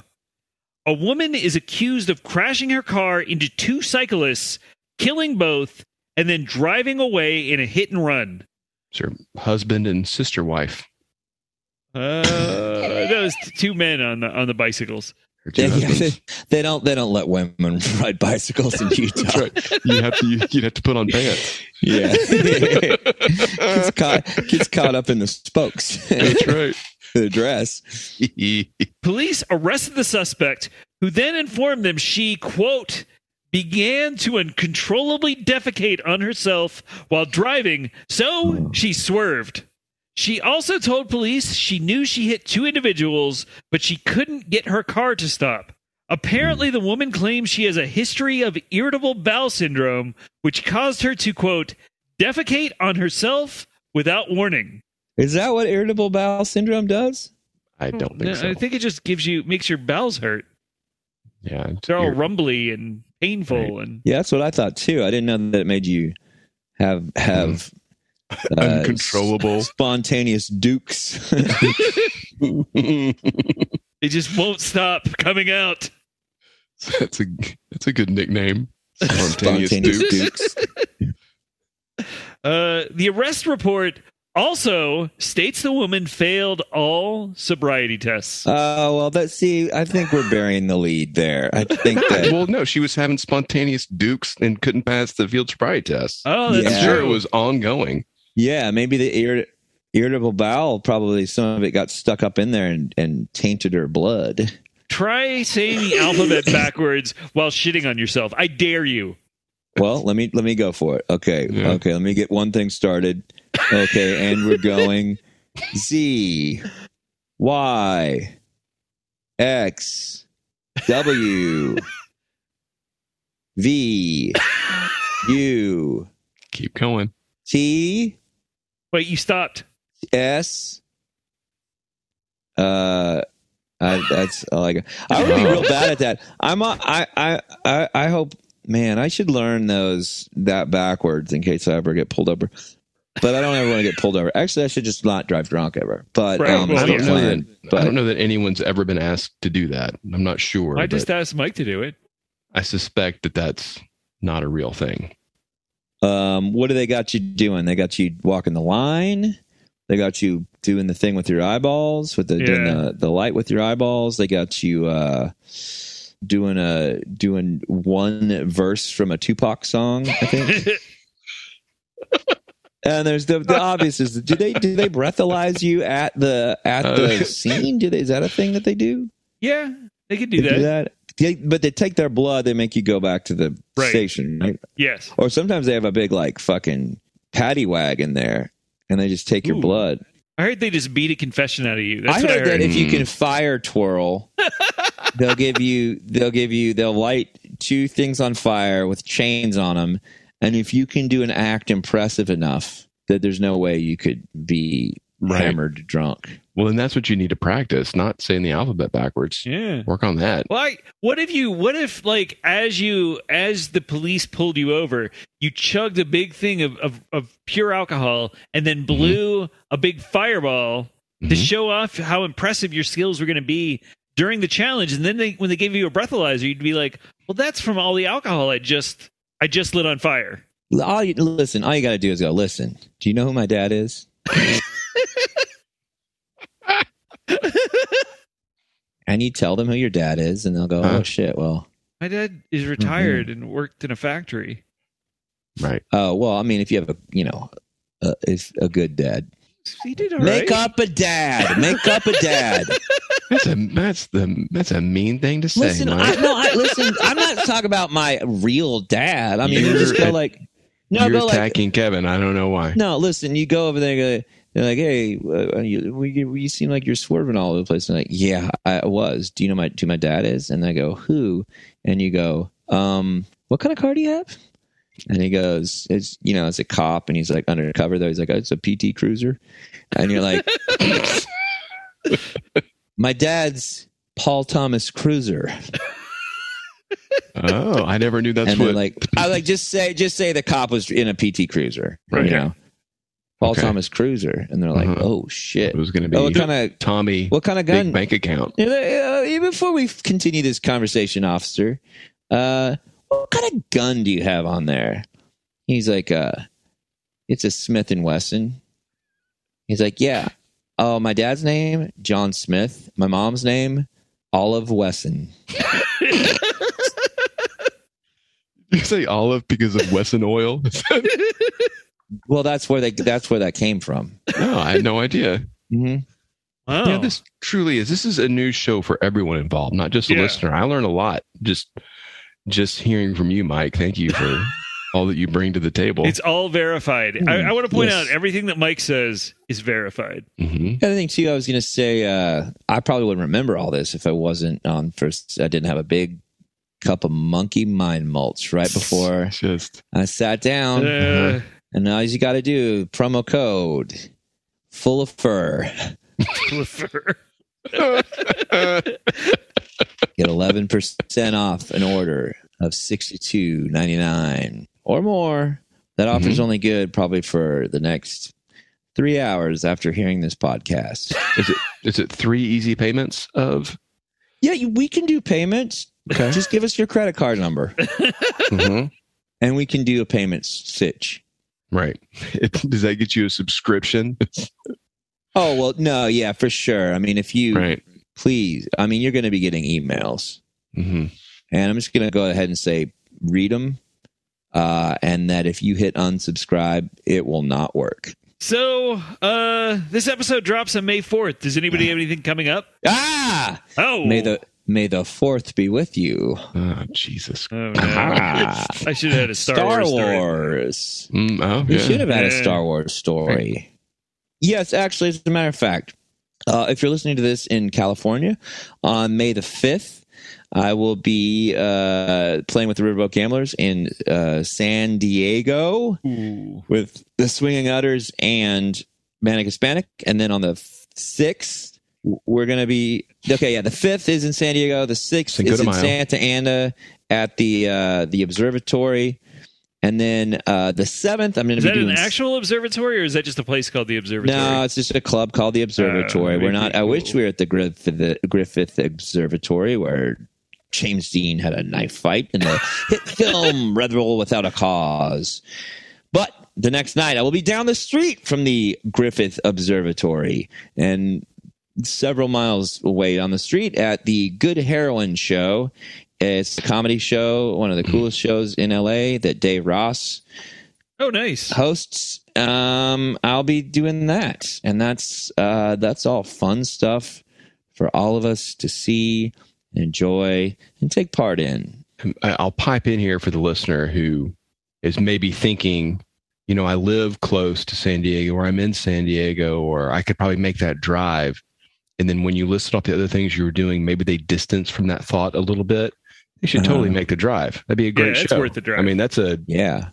S3: A woman is accused of crashing her car into two cyclists, killing both, and then driving away in a hit and run.
S1: It's her husband and sister wife.
S3: Uh, those t- two men on the on the bicycles.
S1: Her two
S2: They,
S1: husbands.
S2: they don't. They don't let women ride bicycles in
S1: That's
S2: Utah.
S1: right. You have to. You, you'd have to put on pants.
S2: Yeah. gets
S1: That's
S2: caught. Gets caught up in the spokes.
S1: right.
S2: the dress.
S3: Police arrested the suspect, who then informed them she, quote, began to uncontrollably defecate on herself while driving, so she swerved. She also told police she knew she hit two individuals, but she couldn't get her car to stop. Apparently, the woman claims she has a history of irritable bowel syndrome, which caused her to, quote, defecate on herself without warning.
S2: Is that what irritable bowel syndrome does?
S1: I don't
S3: No,
S1: think so.
S3: I think it just gives you, makes your bowels hurt.
S1: yeah, it's
S3: they're all
S1: weird.
S3: rumbly and painful and
S2: Yeah, that's what I thought too. I didn't know that it made you have have uh,
S1: uncontrollable.
S2: spontaneous dukes.
S3: they just won't stop coming out.
S1: that's a that's a good nickname. Spontaneous,
S2: spontaneous
S1: Duke.
S2: dukes.
S3: Uh, the arrest report also states the woman failed all sobriety tests.
S2: Oh well, that see, I think we're burying the lead there. I think that
S1: Well, no, she was having spontaneous Dukes and couldn't pass the field sobriety test.
S3: oh, that's
S1: I'm
S2: yeah.
S1: sure it
S3: true.
S1: was ongoing.
S2: yeah, maybe the irrit- irritable bowel probably some of it got stuck up in there and, and tainted her blood.
S3: Try saying the alphabet backwards while shitting on yourself. I dare you.
S2: Well, let me let me go for it. Okay,
S1: Yeah.
S2: okay, let me get one thing started. Okay, and we're going Z Y X W V U
S1: Keep going.
S2: T
S3: Wait, you stopped.
S2: S. Uh, I, that's all I got. I would be real bad at that. I'm. A, I, I. I. I hope. Man, I should learn those that backwards in case I ever get pulled over. But I don't ever want to get pulled over. Actually, I should just not drive drunk ever. But
S3: Right,
S2: um,
S3: well,
S2: I
S1: I
S2: don't
S1: don't know
S2: plan.
S1: that. I
S2: But
S1: don't know that anyone's ever been asked to do that. I'm not sure.
S3: I
S1: but-
S3: just asked Mike to do it.
S1: I suspect that that's not a real thing.
S2: um, what do they got you doing? They got you walking the line. They got you doing the thing with your eyeballs, with the doing
S3: Yeah.
S2: the, the light with your eyeballs. They got you. Uh, doing a doing one verse from a Tupac song, I think. and there's the, the obvious is do they do they breathalyze you at the at
S1: Uh.
S2: the scene? Do they is that a thing that they do?
S3: yeah, they could do
S2: They They-
S3: that.
S2: but they take their blood, they make you go back to the
S3: Right.
S2: station, right?
S3: Yes.
S2: Or sometimes they have a big like fucking paddy wagon there and they just take your
S3: Ooh.
S2: blood.
S3: I heard they just beat a confession out of you. That's
S2: I
S3: what
S2: heard,
S3: I heard.
S2: that if you
S1: Mm.
S2: can fire twirl, they'll give you they'll give you they'll light two things on fire with chains on them, and if you can do an act impressive enough, that there's no way you could be
S1: Right.
S2: hammered drunk.
S1: Well, then that's what you need to practice, not saying the alphabet backwards.
S3: yeah.
S1: Work on that.
S3: Well, I, what if you? What if like as you as the police pulled you over, you chugged a big thing of of, of pure alcohol and
S2: Mm-hmm.
S3: then blew a big fireball to
S1: Mhm.
S3: show off how impressive your skills were going to be during the challenge, and then they when they gave you a breathalyzer, you'd be like, "Well, that's from all the alcohol I just I just lit on fire."
S2: L- All you, listen, all you got to do is go. Listen, do you know who my dad is? and you tell them who your dad is, and they'll go,
S1: Huh?
S2: "Oh shit!" Well,
S3: My dad is retired
S2: Mm-hmm.
S3: and worked in a factory.
S1: Right.
S2: uh, well, I mean, if you have a, you know, uh, if a good dad,
S3: He did all
S2: Make
S3: right.
S2: up a dad. Make up a dad.
S1: That's a that's the that's a mean thing to say.
S2: listen, I,
S1: Mike.
S2: no, I, listen. I'm not talking about my real dad. I mean, you
S1: You're-
S2: just go like, no,
S1: You're
S2: go like,
S1: attacking Kevin. I don't know why.
S2: no. Listen, you go over there. and Go, they're like, hey, uh, you, we- you, you seem like you're swerving all over the place. And like, yeah, I was. Do you know my who my dad is? And I go, who? And you go, um, what kind of car do you have? And he goes, it's you know, it's a cop, and he's like undercover though. He's like, oh, it's a PT Cruiser, and you're like, my dad's Paul Thomas Cruiser.
S1: Oh, I never knew that's
S2: and then
S1: what.
S2: like I like just say just say the cop was in a PT Cruiser,
S1: Right.
S2: You know, Paul
S1: Okay.
S2: Thomas Cruiser, and they're like,
S1: Uh-huh.
S2: oh shit,
S1: it was going to be
S2: oh, what kind of
S1: Tommy
S2: what kind of
S1: big
S2: gun?
S1: bank account.
S2: You know, uh, yeah, before we continue this conversation, officer, uh, what kind of gun do you have on there? He's like, uh, it's a Smith and Wesson. He's like, yeah. Oh, my dad's name John Smith. My mom's name Olive Wesson.
S1: You say olive because of Wesson oil?
S2: Well, that's where they that's where that came from.
S1: no, I had no idea.
S2: hmm
S3: Wow.
S1: Yeah, this truly is. This is a new show for everyone involved, not just the
S3: Yeah.
S1: listener. I learned a lot just just hearing from you, Mike. Thank you for all that you bring to the table.
S3: It's all verified. I,
S2: Hmm,
S3: I want to point
S2: yes.
S3: out everything that Mike says is verified.
S1: Mhm.
S2: The other thing too, I was gonna say, uh, I probably wouldn't remember all this if I wasn't on first. I didn't have a big cup of monkey mind mulch right before
S1: just
S2: I sat down,
S3: Uh,
S2: and all you got to do promo code full of fur,
S3: prefer.
S2: get eleven percent off an order of sixty two ninety nine or more. That offer is only good probably for the next three hours after hearing this podcast.
S1: is it three easy payments of?
S2: yeah, you, we can do payments.
S1: Okay.
S2: Just give us your credit card number.
S1: Mhm.
S2: and we can do a payment stitch.
S1: Right. does that get you a subscription?
S2: Oh well, no, yeah, for sure. I mean, if you
S1: right.
S2: please, I mean, you're going to be getting emails,
S1: hmm
S2: and I'm just going to go ahead and say read them, uh, and that if you hit unsubscribe, it will not work.
S3: So, uh, this episode drops on May 4th. Does anybody have anything coming up?
S2: Ah,
S3: Oh,
S2: may the may the fourth be with you.
S1: Oh, Jesus.
S3: Oh, no.
S2: Ah.
S3: I should have had a Star, Wars. story.
S2: Wars.
S1: Mm, oh,
S2: You
S1: yeah.
S2: should have had a
S3: Yeah.
S2: Star Wars story. Yes, actually, as a matter of fact, uh, if you're listening to this in California on May the 5th, I will be uh, playing with the Riverboat Gamblers in uh, San Diego
S3: Ooh.
S2: with the Swinging Utters and Manic Hispanic. And then on the 6th, w- we're going to be. Okay, yeah, the 5th is in San Diego. The 6th
S1: Cinco
S2: is
S1: de
S2: in
S1: Mayo.
S2: Santa Ana at the uh, the observatory. And then uh, the 7th, I'm going to
S3: Is
S2: be
S3: that an
S2: doing.
S3: actual observatory or is that just a place called the observatory?
S2: No, it's just a club called the Observatory.
S3: Uh,
S2: we're not. I wish
S3: cool.
S2: we were at the Griffith, the Griffith Observatory where James Dean had a knife fight in the hit film Red Bull Without a Cause. But the next night, I will be down the street from the Griffith Observatory and several miles away on the street at the Good Heroin Show It's a comedy show, one of the coolest shows in LA that Dave Ross
S3: Oh, nice.
S2: hosts. Um, I'll be doing that, and that's uh, that's all fun stuff for all of us to see, enjoy, and take part in.
S1: I- I'll pipe in here for the listener who is maybe thinking, you know, I live close to San Diego or I'm in San Diego or I could probably make that drive. And then when you listed off the other things you were doing, maybe they distance from that thought a little bit. They should totally
S2: Uh-huh.
S1: make the drive. That'd be a great
S3: Yeah, it's
S1: show.
S3: worth the drive.
S1: I mean, that's a
S2: Yeah,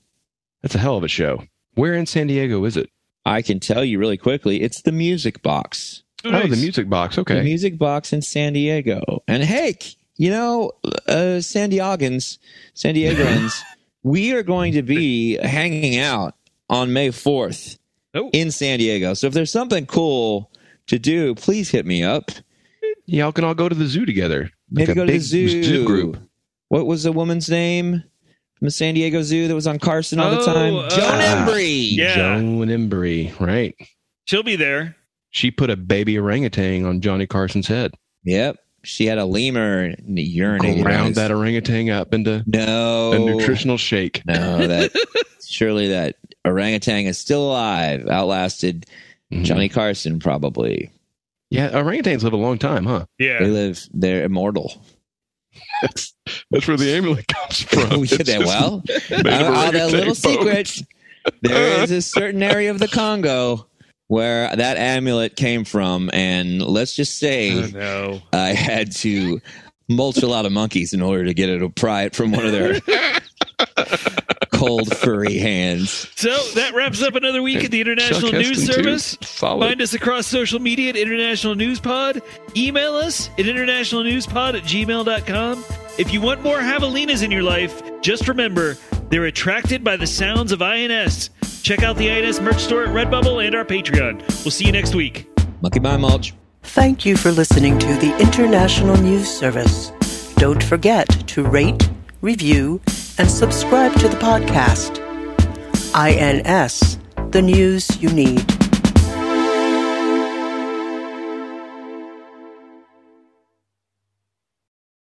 S1: that's a hell of a show. Where in San Diego is it?
S2: I can tell you really quickly. It's the Music Box.
S3: Oh,
S1: Oh, the
S3: nice.
S1: music box.
S2: the
S1: Okay.
S2: music box in San Diego. And heck, you know, uh, San Diegans, San Diegoans, we are going to be hanging out on May 4th
S3: Oh.
S2: in San Diego. So if there's something cool to do, please hit me up.
S1: Y'all can all go to the zoo together. Like
S2: Maybe
S1: a
S2: go to the
S1: big
S2: zoo.
S1: group.
S2: What was the woman's name from the San Diego Zoo that was on Carson all the
S3: Oh,
S2: time? Ah.
S3: uh,
S2: Joan Embry.
S3: Yeah.
S1: Joan Embry, right?
S3: She'll be there.
S1: She put a baby orangutan on Johnny Carson's head.
S2: Yep. She had a lemur and it urinated. on
S1: ground
S2: his-
S1: that orangutan up into
S2: No.
S1: a nutritional shake.
S2: No, that surely that orangutan is still alive. Outlasted
S1: Mhm.
S2: Johnny Carson, probably.
S1: Yeah, orangutans live a long time, huh?
S3: Yeah.
S2: They live; they're immortal.
S1: That's that's where the amulet comes from.
S2: yeah,
S1: It's
S2: they,
S1: Oh, just
S2: well,
S1: made of
S2: all that
S1: orangutan
S2: little
S1: bones.
S2: secret. There is a certain area of the Congo where that amulet came from, and let's just
S3: Oh,
S2: say
S3: no.
S2: I had to mulch a lot of monkeys in order to get it to pry it from one of their cold, furry hands.
S3: So that wraps up another week at the International
S1: Chuck
S3: News
S1: Heston, too.
S3: Service.
S1: Solid.
S3: Find us across social media at International News Pod. Email us at internationalnewspod at gmail.com. If you want more javelinas in your life, just remember they're attracted by the sounds of INS. Check out the INS merch store at Redbubble and our Patreon. We'll see you next week.
S2: Monkey by mulch.
S5: Thank you for listening to the International News Service. Don't forget to rate, review, and subscribe to the podcast. INS, the news you need.